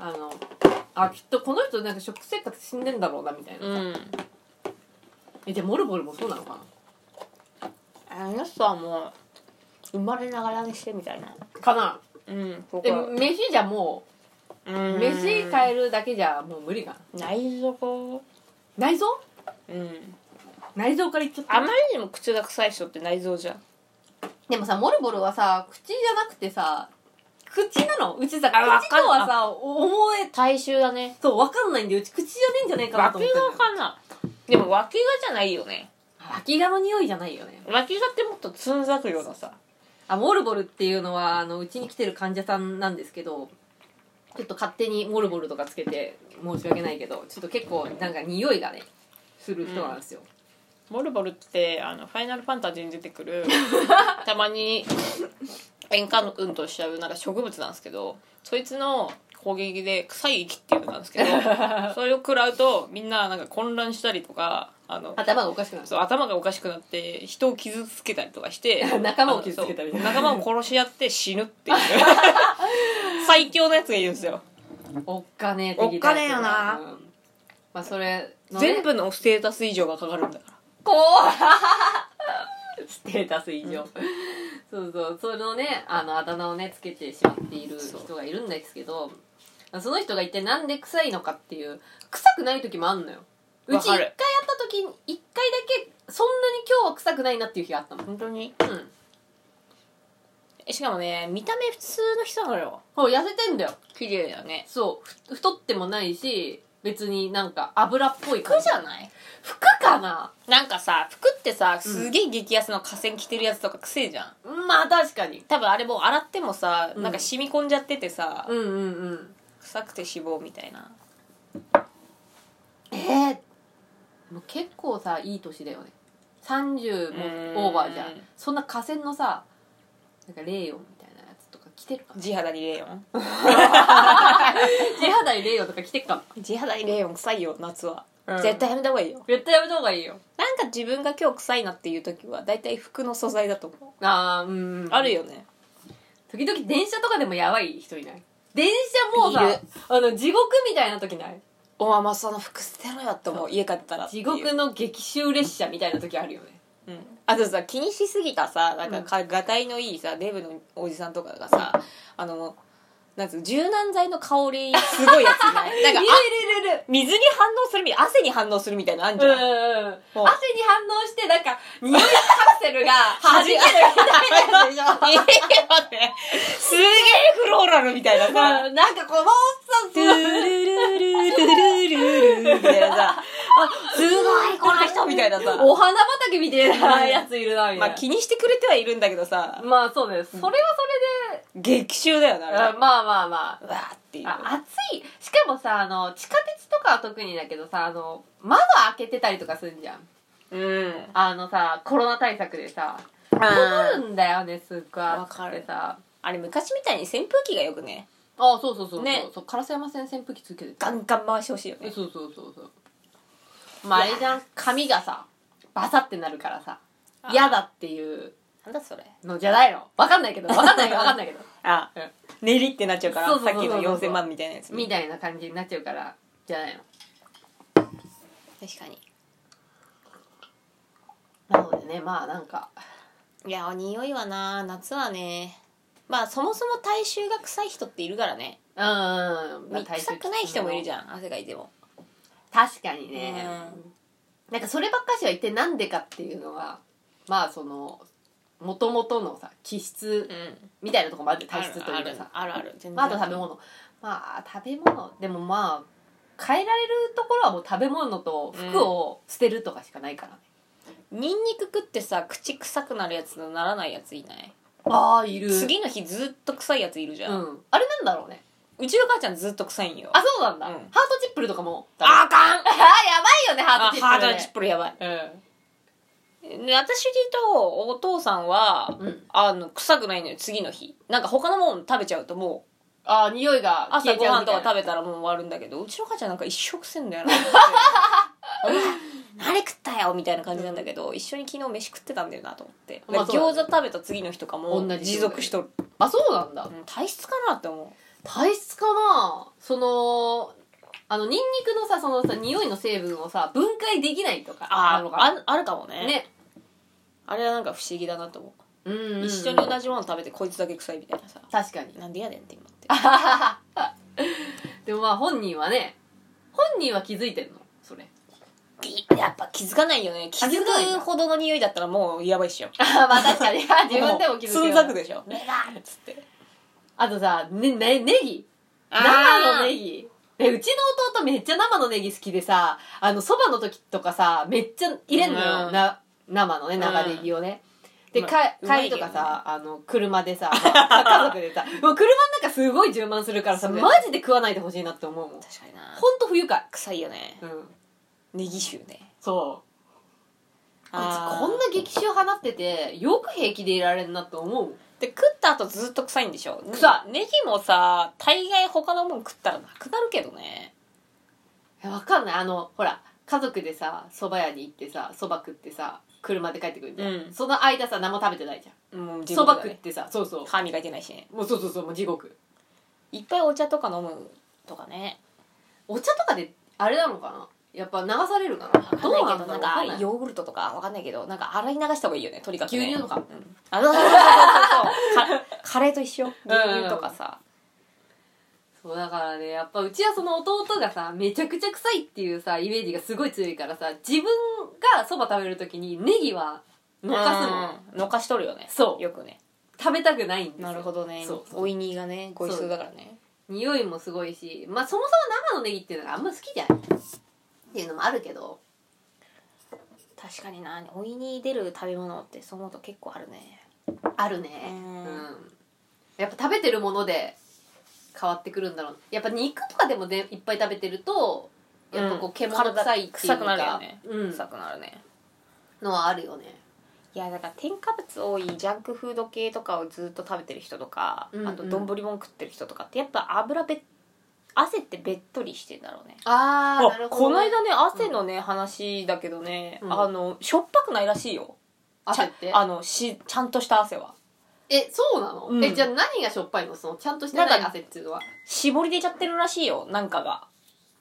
B: あのあきっとこの人なんか食生活死んでんだろうなみたいなさ、
C: うん
B: えじゃあモルボルもそうなのか
C: あの人はもう生まれながらにしてみたいな
B: なかな
C: うん僕
B: え
C: は
B: 飯じゃもう飯
C: え
B: 変えるだけじゃもう無理かな
C: 内臓
B: 内臓
C: うん
B: 内臓からいっちゃっ
C: あ
B: た
C: まりにも口が臭い人って内臓じゃん
B: でもさモルボルはさ口じゃなくてさ口なのうちさ
C: あわかん
B: 口とはさお思え
C: 体臭だね
B: そうわかんないんでうち口じゃねえんじゃねえかな
C: 脇
B: と
C: が
B: 思ってんだよ
C: かなでも脇がじゃないよね
B: 脇がの匂いじゃないよね
C: 脇がってもっとつんざくようなさ
B: あモルボルっていうのはあのうちに来てる患者さんなんですけどちょっと勝手にモルボルとかつけて申し訳ないけどちょっと結構なんか匂いがねする人なんですよ、
C: モルボルってあのファイナルファンタジーに出てく るたまに塩化のうんとしちゃうなんか植物なんですけどそいつの攻撃で臭い息っていうのなん ですけどそれを食らうとみんななんか混乱したりとかあの
B: 頭がおかしくなる
C: そう頭がおかしくなって人を傷つけたりとかして
B: 仲間を傷つけたり
C: あのそう仲間を殺し合って死ぬ っていう最強のやつがいるんですよ
B: おっかねえ
C: おっかねえよな
B: うんまあそれのね
C: 全部のステータス以上がかかるんだから
B: こうステータス以上、そうそうそのねあのあだ名をねつけてしまっている人がいるんですけどその人が一体なんで臭いのかっていう臭くない時もあんのようち
C: わ
B: 一回
C: か
B: や
C: る
B: った時に一回だけそんなに今日は臭くないなっていう日があったもん
C: 本当に
B: うん
C: えしかもね見た目普通の人なのよ
B: ほう痩せてんだよ
C: 綺麗だよね
B: そうふ太ってもないし別になんか油っぽい
C: 服
B: 感
C: じ
B: じ
C: ゃない
B: 服かな
C: なんかさ服ってさすげえ激安の河川着てるやつとかくせえじゃん
B: まあ確かに
C: 多分あれもう洗ってもさ、
B: うん
C: なんか染み込んじゃっててさ、
B: うんうんうん
C: 臭くて脂肪みたいな
B: えー、もう結構さいい年だよね30もオーバーじゃん
C: うん
B: そんな河川のさなんかレーヨンみたいなやつとか着てるか
C: 地肌にレーヨン
B: 地肌にレーヨンとか着てるか
C: 地肌にレーヨン臭いよ夏は、
B: うん
C: 絶対やめた方がいいよ
B: 絶対やめた方がいいよ
C: なんか自分が今日臭いなっていう時は大体服の素材だと思う、
B: ああうん
C: あるよね
B: 時々電車とかでもやばい人いない電車もう
C: いる
B: さあの地獄みたいな時ない
C: おままその服捨てろよって思う家帰ったらってい
B: 地
C: う
B: 獄の激臭列車みたいな時あるよね
C: うんあとさ気にしすぎたさなんかかがたいのいいさデブのおじさんとかがさあのなんつう柔軟剤の香りすごいやついないなんかあ
B: いるいるいるいる
C: 水に反応するみ汗に反応するみたいなのあんじ
B: う
C: ゃ
B: ん
C: ん、
B: うんうん
C: もう
B: 汗に反応してなんか匂いカプセルが弾けるみたいなやつでしょ
C: いいよねすげえフローラルみたいなさ
B: うんなんかこのおっさん
C: トゥルルルトゥルルルみたいなさあすごいこの人みたいなさ
B: お花畑みたいなやついるなみ
C: ま
B: たいな、
C: あ気にしてくれてはいるんだけどさ
B: まあそうですそれは
C: 激臭だよなあ
B: それ
C: れ
B: で、あまあまあまあ
C: うわーっていう
B: あ暑いしかもさあの地下鉄とかは特にだけどさあの窓開けてたりとかするんじゃん
C: うん
B: あのさコロナ対策でさ
C: あ
B: 来るんだよねすっごい
C: わ
B: 暑
C: か
B: く
C: る
B: てさ
C: あれ昔みたいに扇風機がよくね
B: あそうそうそうそう、
C: ね
B: そう烏山線扇風機つけてた
C: ガンガン回してほしいよね
B: そうそうそうそうまああれじゃん髪がさバサってなるからさ嫌だっていう
C: なんだそれ
B: のじゃないのわかんないけどわか んないわかんないけど
C: あ
B: うん
C: 練りってなっちゃうから
B: そうそう
C: さ
B: そ
C: っ
B: うそう
C: きの4000万みたいなやつ
B: みたいな感じになっちゃうからじゃないの
C: 確かに
B: なのでねまあなんか
C: いや匂いはな夏はねまあそもそも体臭が臭い人っているからね
B: うんうんうん、まあ、
C: 臭くない人もいるじ
B: ゃん
C: ゃん汗がいても
B: 確かにね、なんかそればっかしは一体なんでかっていうのはまあそのもともとのさ気質
C: うん
B: みたいなとこもあって
C: あ
B: 体
C: る
B: 質と
C: あ
B: いう
C: る
B: かさ
C: あるある全然
B: まあ、あと食べ物まあ食べ物でもまあ変えられるところはもう食べ物と服を捨てるとかしかないからね、
C: ニンニク食ってさ口臭くなるやつとならないやついない、
B: ああいる
C: 次の日ずっと臭いやついるじゃ、
B: うんんあれなんだろうね
C: うちの母ちゃんずっと臭いんよ
B: あそうなんだ、
C: うん
B: ハートチップルとかも
C: あかん
B: あやばいよねハー
C: あ
B: トチッ
C: ハ
B: プル、
C: ー
B: ね、
C: ドチップルやばい
B: うん
C: で私とお父さんは、
B: うん
C: あの臭くないのよ次の日なんか他のもん食べちゃうともう
B: ああ匂いが消
C: 朝
B: え
C: ご
B: ちゃう
C: 飯
B: み
C: と
B: たい
C: か
B: な
C: 食べたらもう終わるんだけどうちの母ちゃんなんか一生臭いんだよな あれ食ったよみたいな感じなんだけど一緒に昨日飯食ってたんだよなと思って、
B: まあそうだね
C: 餃子食べた次の日とかも
B: 同じ
C: 持続しとる、
B: あそうなんだ
C: うん体質かなって思
B: 体質かなそのあのニンニクのさそのさ匂いの成分をさ分解できないとか
C: うあ
B: なの
C: ー
B: か
C: ああるかもね
B: ね
C: あれはなんか不思議だなと思う、
B: うんうんうん
C: 一緒に同じもの食べてこいつだけ臭いみたいなさ
B: 確かに
C: なんでやねんって今って
B: でもまあ本人はね本人は気づいてんの それ
C: でやっぱ気づかないよね気づ
B: づかないん
C: く
B: だ
C: ほどの匂いだったらもうやばいっ しょ
B: あまあ確かに 自分でも気づく
C: つん
B: よ
C: ざくでしょメガーっつって
B: あとさ、ねね、ネギ
C: あー
B: 生のネギでうちの弟めっちゃ生のネギ好きでさあのそばの時とかさめっちゃ入れんのよ、
C: うん
B: な生のね長ネギをね、で
C: ま
B: か
C: うま
B: 帰
C: い
B: り
C: け
B: と
C: どね
B: かさ、あの車でさ家族 でさもう車の中すごい充満するからさ
C: そう
B: マ
C: だよ
B: ジで食わないでほしいなって思うもんほ
C: 確かになん
B: と不愉快
C: 臭いよね
B: うん
C: ネギ臭ね
B: そうあいつこんな
C: な
B: 激臭放っててよく平気でいられんなって思うもん
C: で食った後ずっと臭いんでしょ
B: 臭
C: ネギもさ大概他のもん食ったらなくなるけどね
B: えわかんないあのほら家族でさ蕎麦屋に行ってさ蕎麦食ってさ車で帰ってくるじゃん、
C: うん
B: その間さ何も食べてないじゃん
C: もう地
B: 蕎
C: 獄
B: 麦
C: だ
B: 食っ
C: ね
B: てさそうそう
C: 歯磨いてないしね
B: もうそうそうそうもう地獄
C: いっぱいお茶とか飲むとかね
B: お茶とかであれなのかなやっぱ流されるか
C: わ
B: な
C: かんないけど
B: どう
C: な
B: な
C: んん
B: だろう
C: か
B: わかんない
C: ヨーグルトとかわかんないけどなんか洗い流した方がいいよねとにかく、ね、
B: 牛乳とか
C: うんあそうそうそうそうそう カカレーと一緒
B: うんうん
C: 牛乳とかさ、
B: そうだからねやっぱうちはその弟がさめちゃくちゃ臭いっていうさイメージがすごい強いからさ自分が蕎麦食べる時にネギは
C: の
B: のかすの
C: のかしとるよね
B: そう
C: よくね
B: 食べたくないんですよ
C: なるほどね
B: そう
C: おいにがねご一緒だからね
B: 匂いもすごいしまあそもそも生のネギっていうのがあんま好きじゃないっていうのもあるけど
C: 確かになおいに出る食べ物ってそう思うと結構あるね
B: あるね
C: うん
B: うんやっぱ食べてるもので変わってくるんだろうやっぱ肉とかでもねいっぱい食べてるとやっぱこ
C: う
B: うん獣臭いっていう
C: 臭
B: の
C: くなるよ
B: が
C: ね
B: うん
C: 臭くなるね
B: のはあるよね
C: いやだから添加物多いジャンクフード系とかをずっと食べてる人とか、
B: うんうん
C: あと丼もん食ってる人とかってやっぱ油べっ汗ってべっとりしてんだろうね
B: ああなるほど
C: この間ね汗のね、話だけどね、
B: うん
C: あのしょっぱくないらしいよ
B: 汗って
C: ちゃあのしちゃんとした汗は
B: えそうなの、
C: うん
B: えじゃあ何がしょっぱいのそのちゃんとしてな
C: なん
B: い
C: か
B: 汗っていうのは
C: 絞り出ちゃってるらしいよなんかが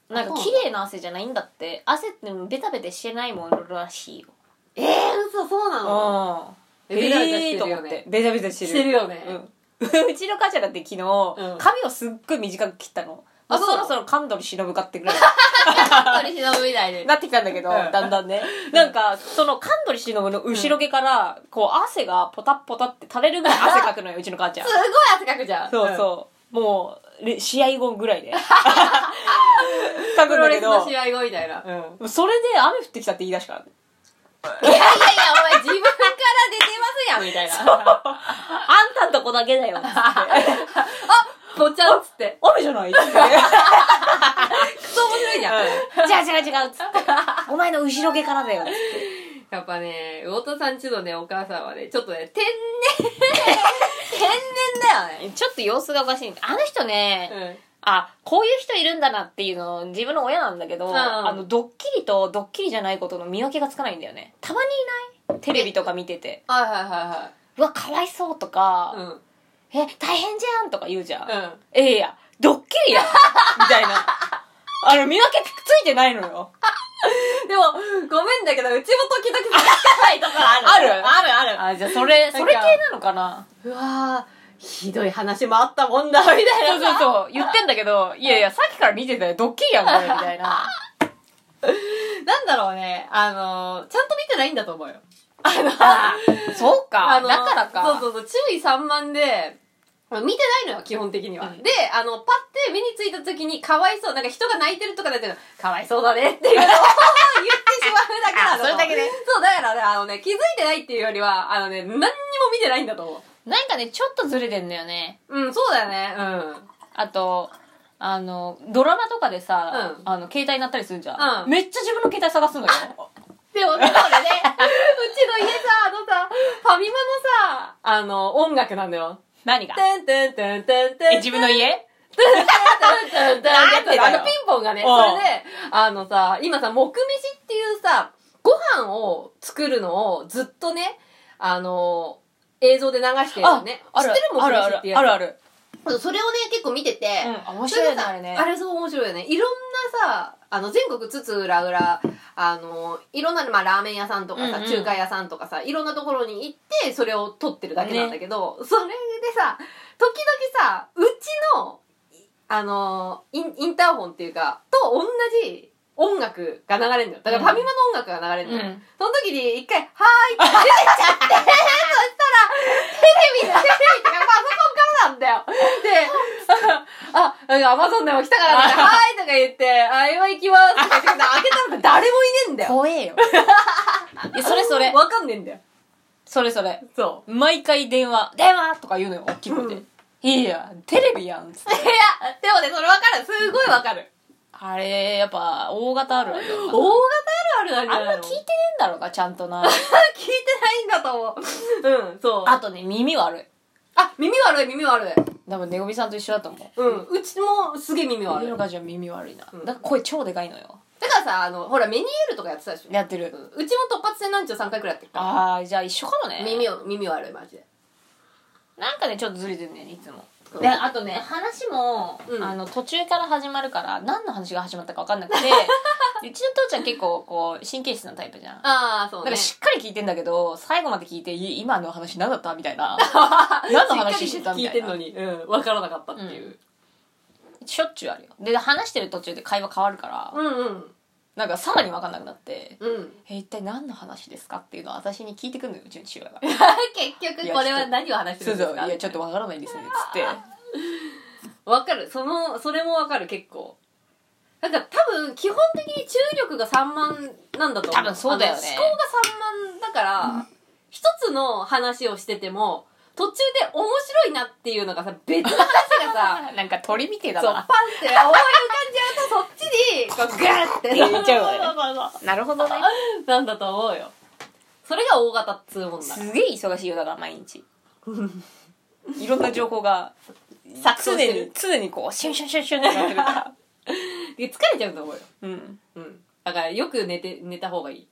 C: なんか綺麗な汗じゃないんだって汗ってベタベタしてないものらしいよ
B: えー、嘘そうなの
C: あ
B: え
C: え
B: ベタベタ
C: え
B: して
C: と
B: る
C: 思
B: よ
C: っ
B: ね
C: てベタベタしてる
B: してるよね、
C: うんうちの母ちゃんだ って昨日、
B: ん
C: 髪をすっごい短く切ったの
B: あ
C: あ
B: そう
C: そ
B: なの
C: ろそろ神取忍かってくれ
B: カットリしのぶみたいで
C: なってきたんだけど、
B: うん
C: だんだんねなんかその神取忍の後ろ毛から、こう汗がポタッポタって垂れるぐらい汗かくのようちの母ちゃん
B: すごい汗かくじゃん
C: そう
B: うん
C: そう、もうれ試合後ぐらいで書く
B: プ
C: ん
B: ロ
C: だ
B: レ
C: け
B: スの
C: ど
B: 試合後みたいな、いやいや
C: それで雨降ってきたって言い出したからね
B: お前自分から出てますやんみたいな
C: あんたんとこだけだよっつって
B: ぽちゃんっつって
C: 雨じゃないっつって
B: クソ面白いじゃん、
C: 違う違う違うっつってお前の後ろ毛からだよっつって
B: やっぱね魚田さんちのねお母さんはねちょっとね天然天然だよね
C: ちょっと様子がおかしいんだあの人ね、あこういう人いるんだなっていうの自分の親なんだけど、
B: うん
C: あのドッキリとドッキリじゃないことの見分けがつかないんだよねたまにいないテレビとか見てて
B: はいはいは
C: うわかわいそうとか、
B: いはいうん
C: え大変じゃんとか言うじゃん、
B: うん
C: ええやドッキリやみたい なあの見分けついてないのよ
B: でもごめんだけどうちも時々さ
C: はいとかあるあるあるあじゃあそれそれ系なのかな
B: うわーひどい話もあったもんだみたい
C: そう
B: な
C: そうそう言ってんだけどいやいやさっきから見てたよドッキリやんこれみたいな
B: なんだろうね、あの、ちゃんと見てないんだと思うよ。あの、
C: そう
B: あ
C: か
B: の
C: だからか
B: そうそうそう、注意散漫で、見てないのよ、基本的には。
C: うん
B: で、あの、パって目についた時に、かわいそう、なんか人が泣いてるとかだって、かわいそうだねってい うのを言ってしまうだけなの。
C: あそれだけね。
B: そう、だからね、あのね、気づいてないっていうよりは、あのね、何にも見てないんだと思
C: なんかねちょっとずれてんだよね
B: う。うん、そうだよね、うん。
C: あとあのドラマとかでさ、
B: うん
C: あの携帯になったりするじゃん、
B: うん
C: めっちゃ自分の携帯探すの よ
B: でもそうだね。うちの家さ、あのさ、ファミマのさ、あの、音楽なんだよ。
C: 何が
B: てんてんてんてんてん。
C: え自分の家
B: なんてあのピンポンがね、
C: うん
B: それで、あのさ、今さ、木飯っていうさ、ご飯を作るのをずっとね、あの、映像で流してるのね。
C: あ
B: 知
C: る
B: ってるも
C: あるあ
B: 飯
C: る
B: ってやつ
C: あるある
B: それをね、結構見てて、
C: うん面
B: そ
C: 白い
B: れでさ
C: なあれね
B: あれそう面白いよね。いろんなさ、あの、全国津々浦々、あの、いろんな、まあ、ラーメン屋さんとかさ、
C: うんうん
B: 中華屋さんとかさ、いろんなところに行って、それを撮ってるだけなんだけど、それでさ、時々さ、うちの、あの、インインターホンっていうか、と同じ音楽が流れるのよ。だからファミマの音楽が流れるのよ。
C: うん
B: その時に一回、はーいって出てきちゃって、 そしたら、テレビ、テレビとかパソコンからなんだよ。で、あ、なんかアマゾンでも来たからね、はーいとか言って、あ、今行きますとか言って、開けたら誰もいねえんだよ。
C: 怖 えよいやそれそれ
B: わかんねえんだよ。
C: それそれ
B: そ
C: 毎回電話「電話!」とか言うのよ大きい声で「
B: うん
C: いいやテレビやん」つっ
B: う。い
C: て
B: や、でもね、それわかる。すごいわかる。
C: あれやっぱ大型あるあるだよ
B: 大型あるあるなんじ
C: あ
B: ゃ
C: ん
B: な
C: ま
B: いの
C: 聞いてねえんだろうかちゃんと な
B: 聞いてないんだと思う。うん、そう。
C: あとね耳悪い
B: あ、耳悪い、耳悪い。
C: 多分ねごみさんと一緒だと思う
B: うん、うちもすげえ耳悪い。
C: 俺
B: だ
C: の
B: か
C: 感じは耳悪いなだか
B: うん
C: ら声超でかいのよ
B: らさ、あの、ほら、メニエールとかやってたでしょ。
C: やって
B: う
C: る
B: んうちも突発性難聴3回くらいやってるか
C: ああじゃあ一緒かも
B: ら。
C: ね
B: 耳を、耳悪い、マジで。
C: なんかねちょっとずれてるんだよねいつも
B: うん
C: であとね話も、
B: うん
C: あの途中から始まるから何の話が始まったか分かんな くてうちの父ちゃん結構こう神経質なタイプじゃん
B: ああ、そ
C: だ
B: う
C: か
B: ね。
C: らしっかり聞いてんだけど最後まで聞いてい今の話何だったみたい な何の話してたみたいな
B: 聞いてんのに、うん、わからなかったっていう。
C: しょっちゅうあるよで話してる途中で会話変わるから、
B: うんうん。
C: なんかさらに分かんなくなって、
B: うん。
C: え一体何の話ですかっていうのを私に聞いてくるのようちの父親が
B: 結局これは何を話して
C: そう
B: る
C: んそ
B: です
C: うい
B: か
C: やちょっと分からないですねつって
B: わかるそのそれもわかる結構なんか多分基本的に注力が散漫なんだと思
C: 多
B: う
C: 分そうだよね
B: あの思考が散漫だから一つの話をしてても途中で面白いなっていうのがさ別の話 がさ
C: なんか鳥みてえだ
B: そうパンっ
C: な
B: て思い浮かんじゃうとそっちにこうグーって
C: って 言っちゃうわね
B: わ
C: なるほどね
B: なんだと思うよそれが大型っつうもんだ
C: すげえ忙しいよだから毎 日いろんな情報が
B: 錯綜
C: 常
B: してる
C: に常にこうシュンシュンシュンシュンってなってるから
B: 疲れちゃうと思うよ
C: うん
B: うんだからよく寝て寝た方がいい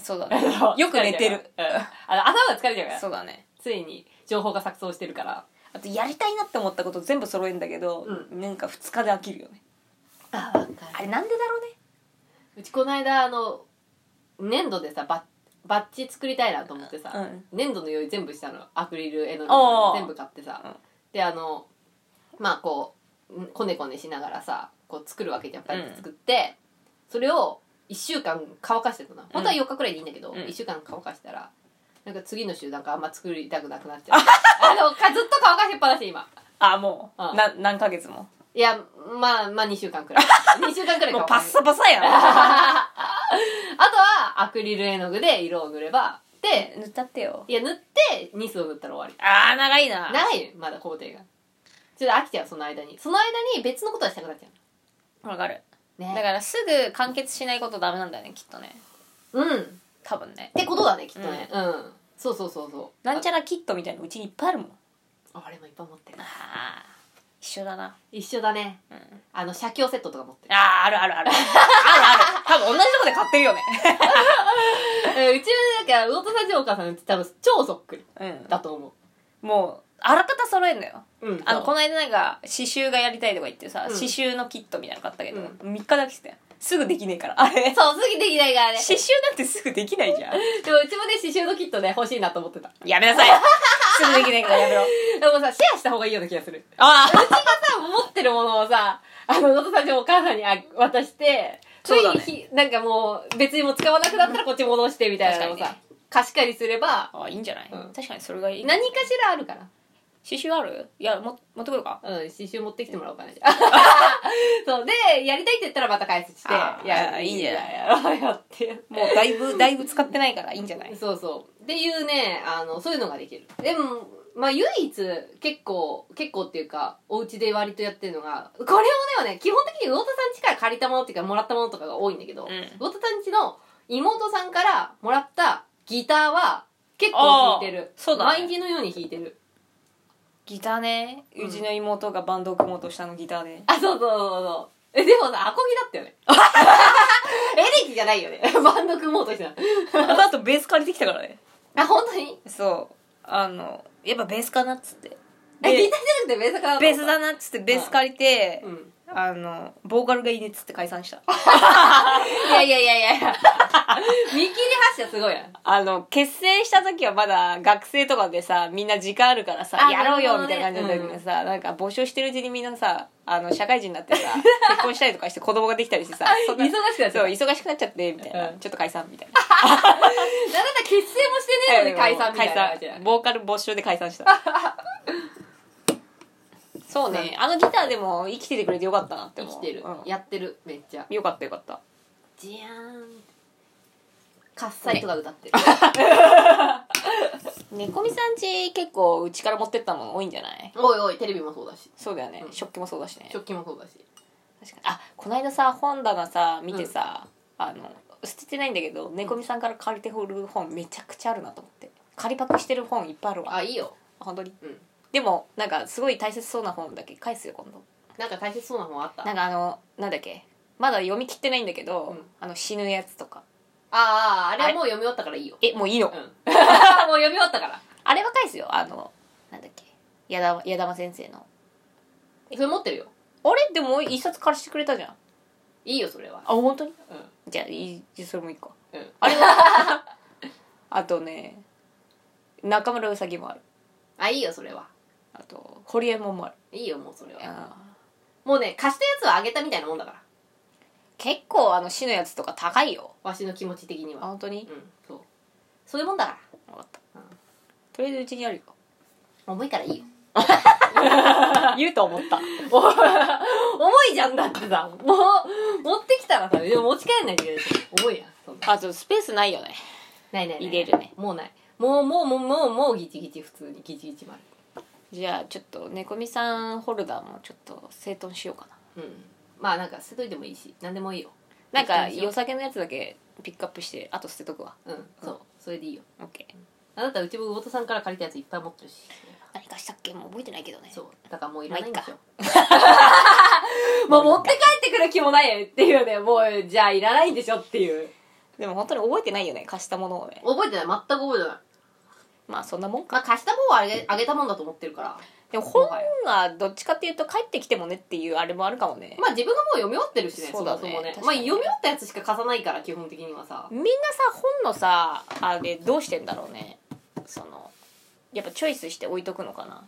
C: そうだね よく寝てる
B: うんあの頭が疲れちゃうか ら
C: そうだね
B: ついに情報が錯綜してるから
C: あとやりたいなって思ったこと全部揃えんだけど、
B: う
C: なんか2日で飽きるよね
B: あわか
C: あれなんでだろうね
B: うちこの間あの粘土でさバッバッジ作りたいなと思ってさ、
C: うん
B: 粘土の用意全部したのアクリル絵の具
C: おー
B: 全部買ってさ、
C: うん
B: であのまあこうんこねこねしながらさこう作るわけじゃんバッジ作って、それを1週間乾かしてたな本当は4日くらいでいいんだけど、
C: うん
B: 1週間乾かしたらなんか次の週なんかあんま作りたくなくなっち ゃってあのかずっと乾かしっぱなし今
C: あもう、
B: うん
C: な何ヶ月も
B: いやまあまあ2週間くらい2週間くらい
C: もう
B: 乾
C: パッ
B: かし
C: サパサや
B: あとはアクリル絵の具で色を塗ればで
C: ん塗ったってよ
B: いや塗ってニスを塗ったら終わ
C: あー長い
B: り
C: な
B: 長いよまだ工程がちょっと飽きちゃうその間にその間に別のことはしたくなっちゃ
C: わかる
B: うね
C: だからすぐ完結しないことダメなんだよねきっとね
B: うんっ
C: 多分ね
B: てことだねきっとねうん、そうそうそうそう
C: なんち
B: ゃ
C: ゃらキットみたいなのうちにいっぱいあるもん
B: あ俺もいっぱい持ってる
C: あー一緒だな
B: 一緒だね
C: うん
B: あの写経セットとか持ってる
C: あーあるあるあ るあるある多分同じとこで買ってるよね
B: えうちのなんか魚田さんちのお母さんって多分超そっくり
C: うん
B: だと思
C: もうあらかた揃えんのよ
B: ううん
C: あの
B: そ
C: こ
B: う
C: の間なんか刺繍がやりたいとか言ってさ、
B: うん
C: 刺繍のキットみたいなの買ったけど、
B: うん
C: 3日だけしてたよすぐできねえからあれ
B: そうすぎできないからね
C: 刺繍なんてすぐできないじゃん
B: でもうちもね刺繍のキットね欲しいなと思ってた
C: やめなさい すぐできないからやめろ
B: でもさシェアした方がいいような気がする
C: あ
B: うちがさ、持ってるものをさ、あの、のとさんちのお母さんにあ渡して、つい
C: そう
B: に
C: だ
B: ひ、なんかもう別にもう使わなくなったらこっち戻してみたいなのを
C: 確
B: さ、
C: か
B: 貸し借りすれば
C: あいいんじゃない、
B: うん
C: 確かにそれがいい
B: 何かしらあるから
C: 刺繍あるいやも持ってくるか
B: うん、刺繍持ってきてもらおうかな。 そう。で、やりたいって言ったらまた返すして。
C: あー
B: や、
C: いいね
B: ややろうよ っていう。
C: もうだいぶだいぶ使ってないからいいんじゃない
B: そうそう。っていうね、あの、そういうのができる。でも、まあ、唯一、結構、結構っていうか、お家で割とやってるのが、これもだよね、基本的に魚田さん家から借りたものっていうか、もらったものとかが多いんだけど、
C: ん
B: 魚田さん家の妹さんからもらったギターは、結構弾いてる
C: あ。ーそうだね
B: 毎日のように弾いてる。
C: ギターねうちの妹がバンドを組もうとしたのギターで
B: あ、そうそうそうそう。え、でもさ、アコギだったよね。エレキじゃないよね。バンド組もうとしてた。
C: あのあとベース借りてきたからね
B: あ、本当に
C: そうあのやっぱベースかなっつって
B: え、ギ
C: で
B: ターじゃなくてベースかなと
C: ベ
B: 思
C: ー
B: った
C: スだなっつってベース借りて、
B: うん。
C: あのボーカルがいいねっつって解散した
B: いやいやいやいや いや。見切り発車すごいな。
C: あの結成した時はまだ学生とかでさみんな時間あるからさ
B: あ
C: やろうよ
B: な
C: み
B: るほどね
C: たいな感じだった時にさ、なんか募集してるうちにみんなさあの社会人になって さ結婚したりとかして子供ができたりしてさそんな
B: 忙しくなっちゃった
C: そう忙しくなっちゃってみたいな、
B: うん
C: ちょっと解散みたいな
B: なんだったら結成もしてねえのに解散みたいな感じだ
C: 解散ボーカル没収で解散した そうねあのギターでも生きててくれてよかったなって
B: 生
C: 思う
B: きてる、
C: うん
B: やってるめっちゃ
C: よかったよかった
B: じゃーん喝采とか歌ってる、
C: 猫みさんち結構うちから持ってったもの多いんじゃない
B: おいおいテレビもそうだし
C: そうだよね、
B: うん
C: 食器もそうだしね
B: 食器もそうだし
C: 確かにあこの間さ本棚さ見てさ、あの捨ててないんだけど猫みさんから借りてる本めちゃくちゃあるなと思って借りパクしてる本いっぱいあるわ
B: あいいよ
C: 本当に、
B: うん
C: でもなんかすごい大切そうな本だけ返すよ今度
B: なんか大切そうな本あった
C: なんかあのなんだっけまだ読み切ってないんだけど、
B: うん
C: あの死ぬやつとか
B: あああれはもう読み終わったからいいよ
C: えもういいの、
B: うん もう読み終わったから
C: あれは返すよあのなんだっけ矢田矢玉先生の
B: それ持ってるよ
C: あれでも一冊貸してくれたじゃんあ
B: いいよそれは
C: 本当に
B: う
C: じゃあいいじゃあそれもいいか
B: んうん
C: あれはあとね中村うさぎもある
B: あいいよそれは
C: あと堀江門もある
B: いいよもうそれは
C: あー
B: もうね貸したやつはあげたみたいなもんだから
C: 結構あの死のやつとか高いよ
B: わしの気持ち的に
C: あ
B: は
C: 本当
B: う
C: に
B: んそうそういうもんだか
C: 分かった、
B: うん
C: とりあえずうちにあるよ
B: ら重いからいいよ
C: 言うと思った
B: お重いじゃんだってさもう持ってきたらさでも持ち帰んないといけないし重いやんそんな
C: あとスペースないよね
B: ないないない
C: 入れるね
B: もうないもうもうもうもうもうギチギチ普通にギチギチま
C: じゃあちょっと猫みさんホルダーもちょっと整頓しようかな
B: でうんまあなんか捨てといてもいいし何でもいいよ
C: なんか
B: 適当にしよう
C: 良さげのやつだけピックアップしてあと捨てとくわ
B: うんそうそれでいいよ
C: OK
B: あなたうちも魚田さんから借りたやついっぱい持ってるし
C: 何かしたっけもう覚えてないけどね
B: そうだから もういらないんでしょ、
C: まあ
B: もう持
C: も
B: って帰ってくる気もないっていうねもうじゃあいらないんでしょっていう
C: うでも本当に覚えてないよね貸したものをね
B: 覚えてない全く覚えてない
C: まあそんなもんか
B: まあ貸した方はあげあげたもんだと思ってるから
C: でも本はどっちかっていうと帰ってきてもねっていうあれもあるかもね
B: まあ自分がもう読み終わってるしね
C: そ
B: そう
C: だね
B: もそもね
C: 確か
B: まあ
C: に
B: 読み終わったやつしか貸さないから基本的にはさ
C: みんなさ本のさあれどうしてんだろうねそのやっぱチョイスして置いとくのかな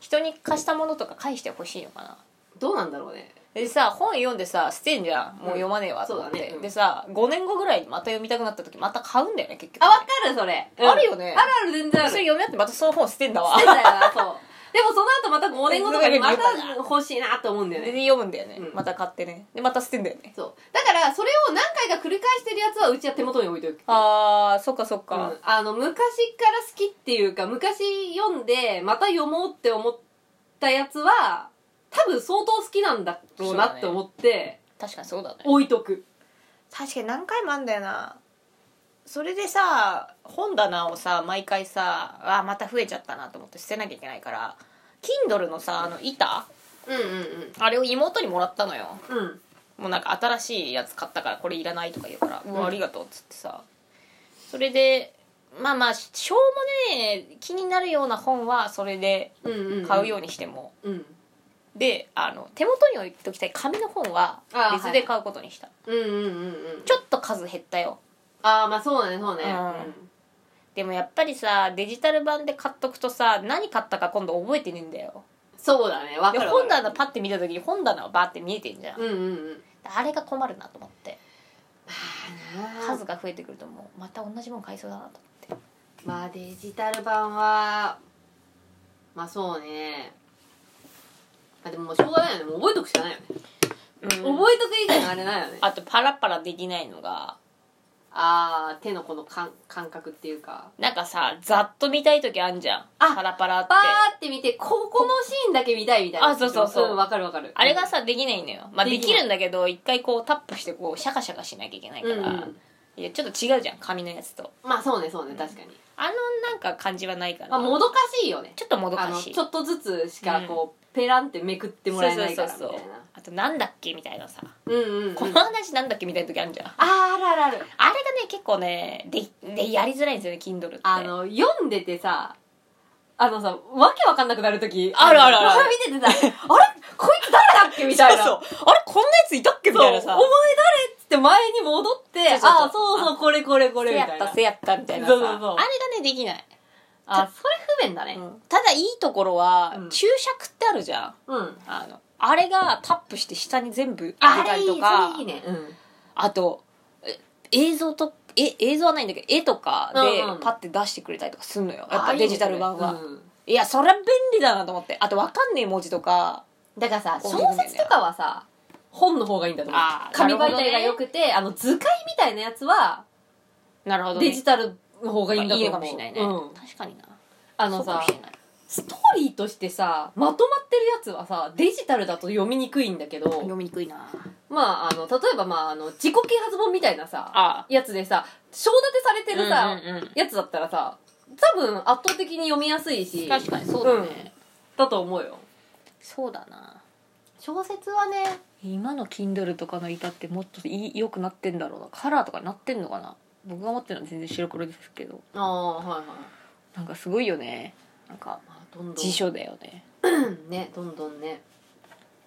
C: 人に貸したものとか返してほしいのかな
B: どうなんだろうね
C: でさ本読んでさ捨てんじゃんもう読まねえわと思って、
B: そうだねうん
C: でさ5年後ぐらいにまた読みたくなった時また買うんだよね結局
B: あわかるそれ、
C: あるよね
B: あるある全然ある
C: それ読み終わってまたその本捨てんだわ
B: してんだよな そうでもその後また5年後とかにまた欲しいなと思うんだよ
C: で
B: ね
C: 読むんだよね、
B: うん
C: また買ってねでまた捨てんだよね
B: そうだからそれを何回か繰り返してるやつはうちは手元に置いておく
C: あーそっかそっか、
B: うんあの昔から好きっていうか昔読んでまた読もうって思ったやつは多分相当好きなんだろうなって思って
C: 確かにそうだね
B: 置いとく
C: 確かに何回もあんだよなそれでさ本棚をさ毎回さあーまた増えちゃったなと思って捨てなきゃいけないから Kindle のさあの板
B: うんうん
C: あれを妹にもらったのよ
B: うんうん
C: もうなんか新しいやつ買ったからこれいらないとか言うから「う
B: ん
C: わありがとう」っつってさそれでまあまあしょうもねえ気になるような本はそれで
B: うんうん
C: 買うようにしても、
B: うん
C: であの手元に置いておきたい紙の本は
B: あー
C: 別で買うことにした、
B: うんうんうんうん
C: ちょっと数減ったよ
B: ああまあそうだねそうね
C: うんでもやっぱりさデジタル版で買っとくとさ何買ったか今度覚えてねえんだよ
B: そうだねわ
C: で
B: かる
C: 本
B: わか
C: 棚パッて見た時に本棚はバーって見えてんじゃん、
B: るうんうんうん
C: あれが困るなと思って
B: 数
C: 数が増えてくるともうまた同じもん買いそうだなと思って
B: まあデジタル版はまあそうねあでももうしょうがないよねもう覚えとくしかないよね、覚えとく以外のあれないよねあ
C: あとパラパラできないのが
B: あー手のこの感感覚っていうか
C: なんかさざっと見たい時あんじゃん
B: あ
C: パラパラって
B: バーって見てここのシーンだけ見たいみたいな
C: あそうそうそうん
B: わかるわかる
C: あれがさできないのよまあ
B: で
C: で
B: きない
C: きるんだけど一回こうタップしてこうシャカシャカしなきゃいけないから、
B: うんうん
C: いやちょっと違うじゃん紙のやつと
B: まあそうねそうね確かに、
C: あのなんか感じはないから、
B: まあ、もどかしいよね
C: ちょっともど
B: あ
C: か
B: の
C: しい
B: ちょっとずつしかこう、ペランってめくってもらえないからみたいな
C: あとなんだっけみたいなさ、
B: うんうん、うん、
C: この話なんだっけみたいな時あるじゃんあ
B: あーあるあるあ
C: れ
B: る
C: がね結構ねででやりづらいんですよね Kindle って
B: あの読んでてさあのさわけわかんなくなる時
C: あるあるある
B: これ見ててさ あれこいつ誰だっけみたいな
C: そうそうあれこんなやついたっけみ
B: そう
C: た
B: お
C: い
B: 前
C: なさ
B: 誰っつって前に戻って
C: そうそうそう
B: あそうそうこれこれこれ
C: せ
B: み
C: や
B: た
C: っ
B: いな
C: たせやったみたいなさ
B: そうそうそう
C: あれがねできない、
B: あそれ不便だね
C: ただいいところは、
B: うん
C: 注釈ってあるじゃん
B: うん、
C: あのあれがタップして下に全部
B: あ
C: 入れ
B: れ
C: た
B: い
C: り
B: い
C: とか
B: それいいねうん
C: あとえ映像とえ映像はないんだけど絵とかで
B: うんうん
C: パッて出してくれたりとかすんのよ、やっ
B: あ
C: ぱ
B: いいね
C: デジタル版は
B: それうん
C: いやそりゃ便利だなと思ってあとわかんねえ文字とか
B: だからさ
C: こう
B: 小説とかはさ本の方がいいんだと思う
C: あー
B: 紙
C: なる
B: 媒
C: ほどね
B: 体が良くてあの図解みたいなやつは
C: なるほ
B: デジタルの方がいいんだと
C: い
B: 思
C: いのか
B: う
C: もしれないね、
B: うん
C: 確かにな
B: あ
C: あ
B: のさ
C: そうかもしれない
B: ストーリーとしてさまとまってるやつはさデジタルだと読みにくいんだけど
C: 読みにくいな
B: まああの例えばまああの自己啓発本みたいなさ
C: あ
B: やつでさ正立てされてるさ、
C: うんうんうん
B: やつだったらさ多分圧倒的に読みやすいし
C: 確かにそうだね、
B: うんだと思うよ
C: そうだな
B: 小説はね
C: 今の Kindle とかの板ってもっといい良くなってんだろうなカラーとかになってんのかな僕が持ってるのは全然白黒ですけど
B: ああはいはい、
C: なんかすごいよねなんか
B: まあ、どんどん
C: 辞書だよね
B: ねどんどんね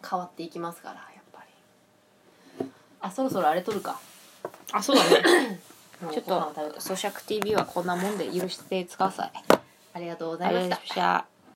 B: 変わっていきますからやっぱりあそろそろあれ取るか
C: あそうだね
B: もう
C: ちょっ
B: ご飯を
C: と
B: 食べた
C: 咀嚼 TV はこんなもんで許してください
B: ありがとうござ
C: あ
B: いま
C: り
B: し
C: が
B: た
C: とうございました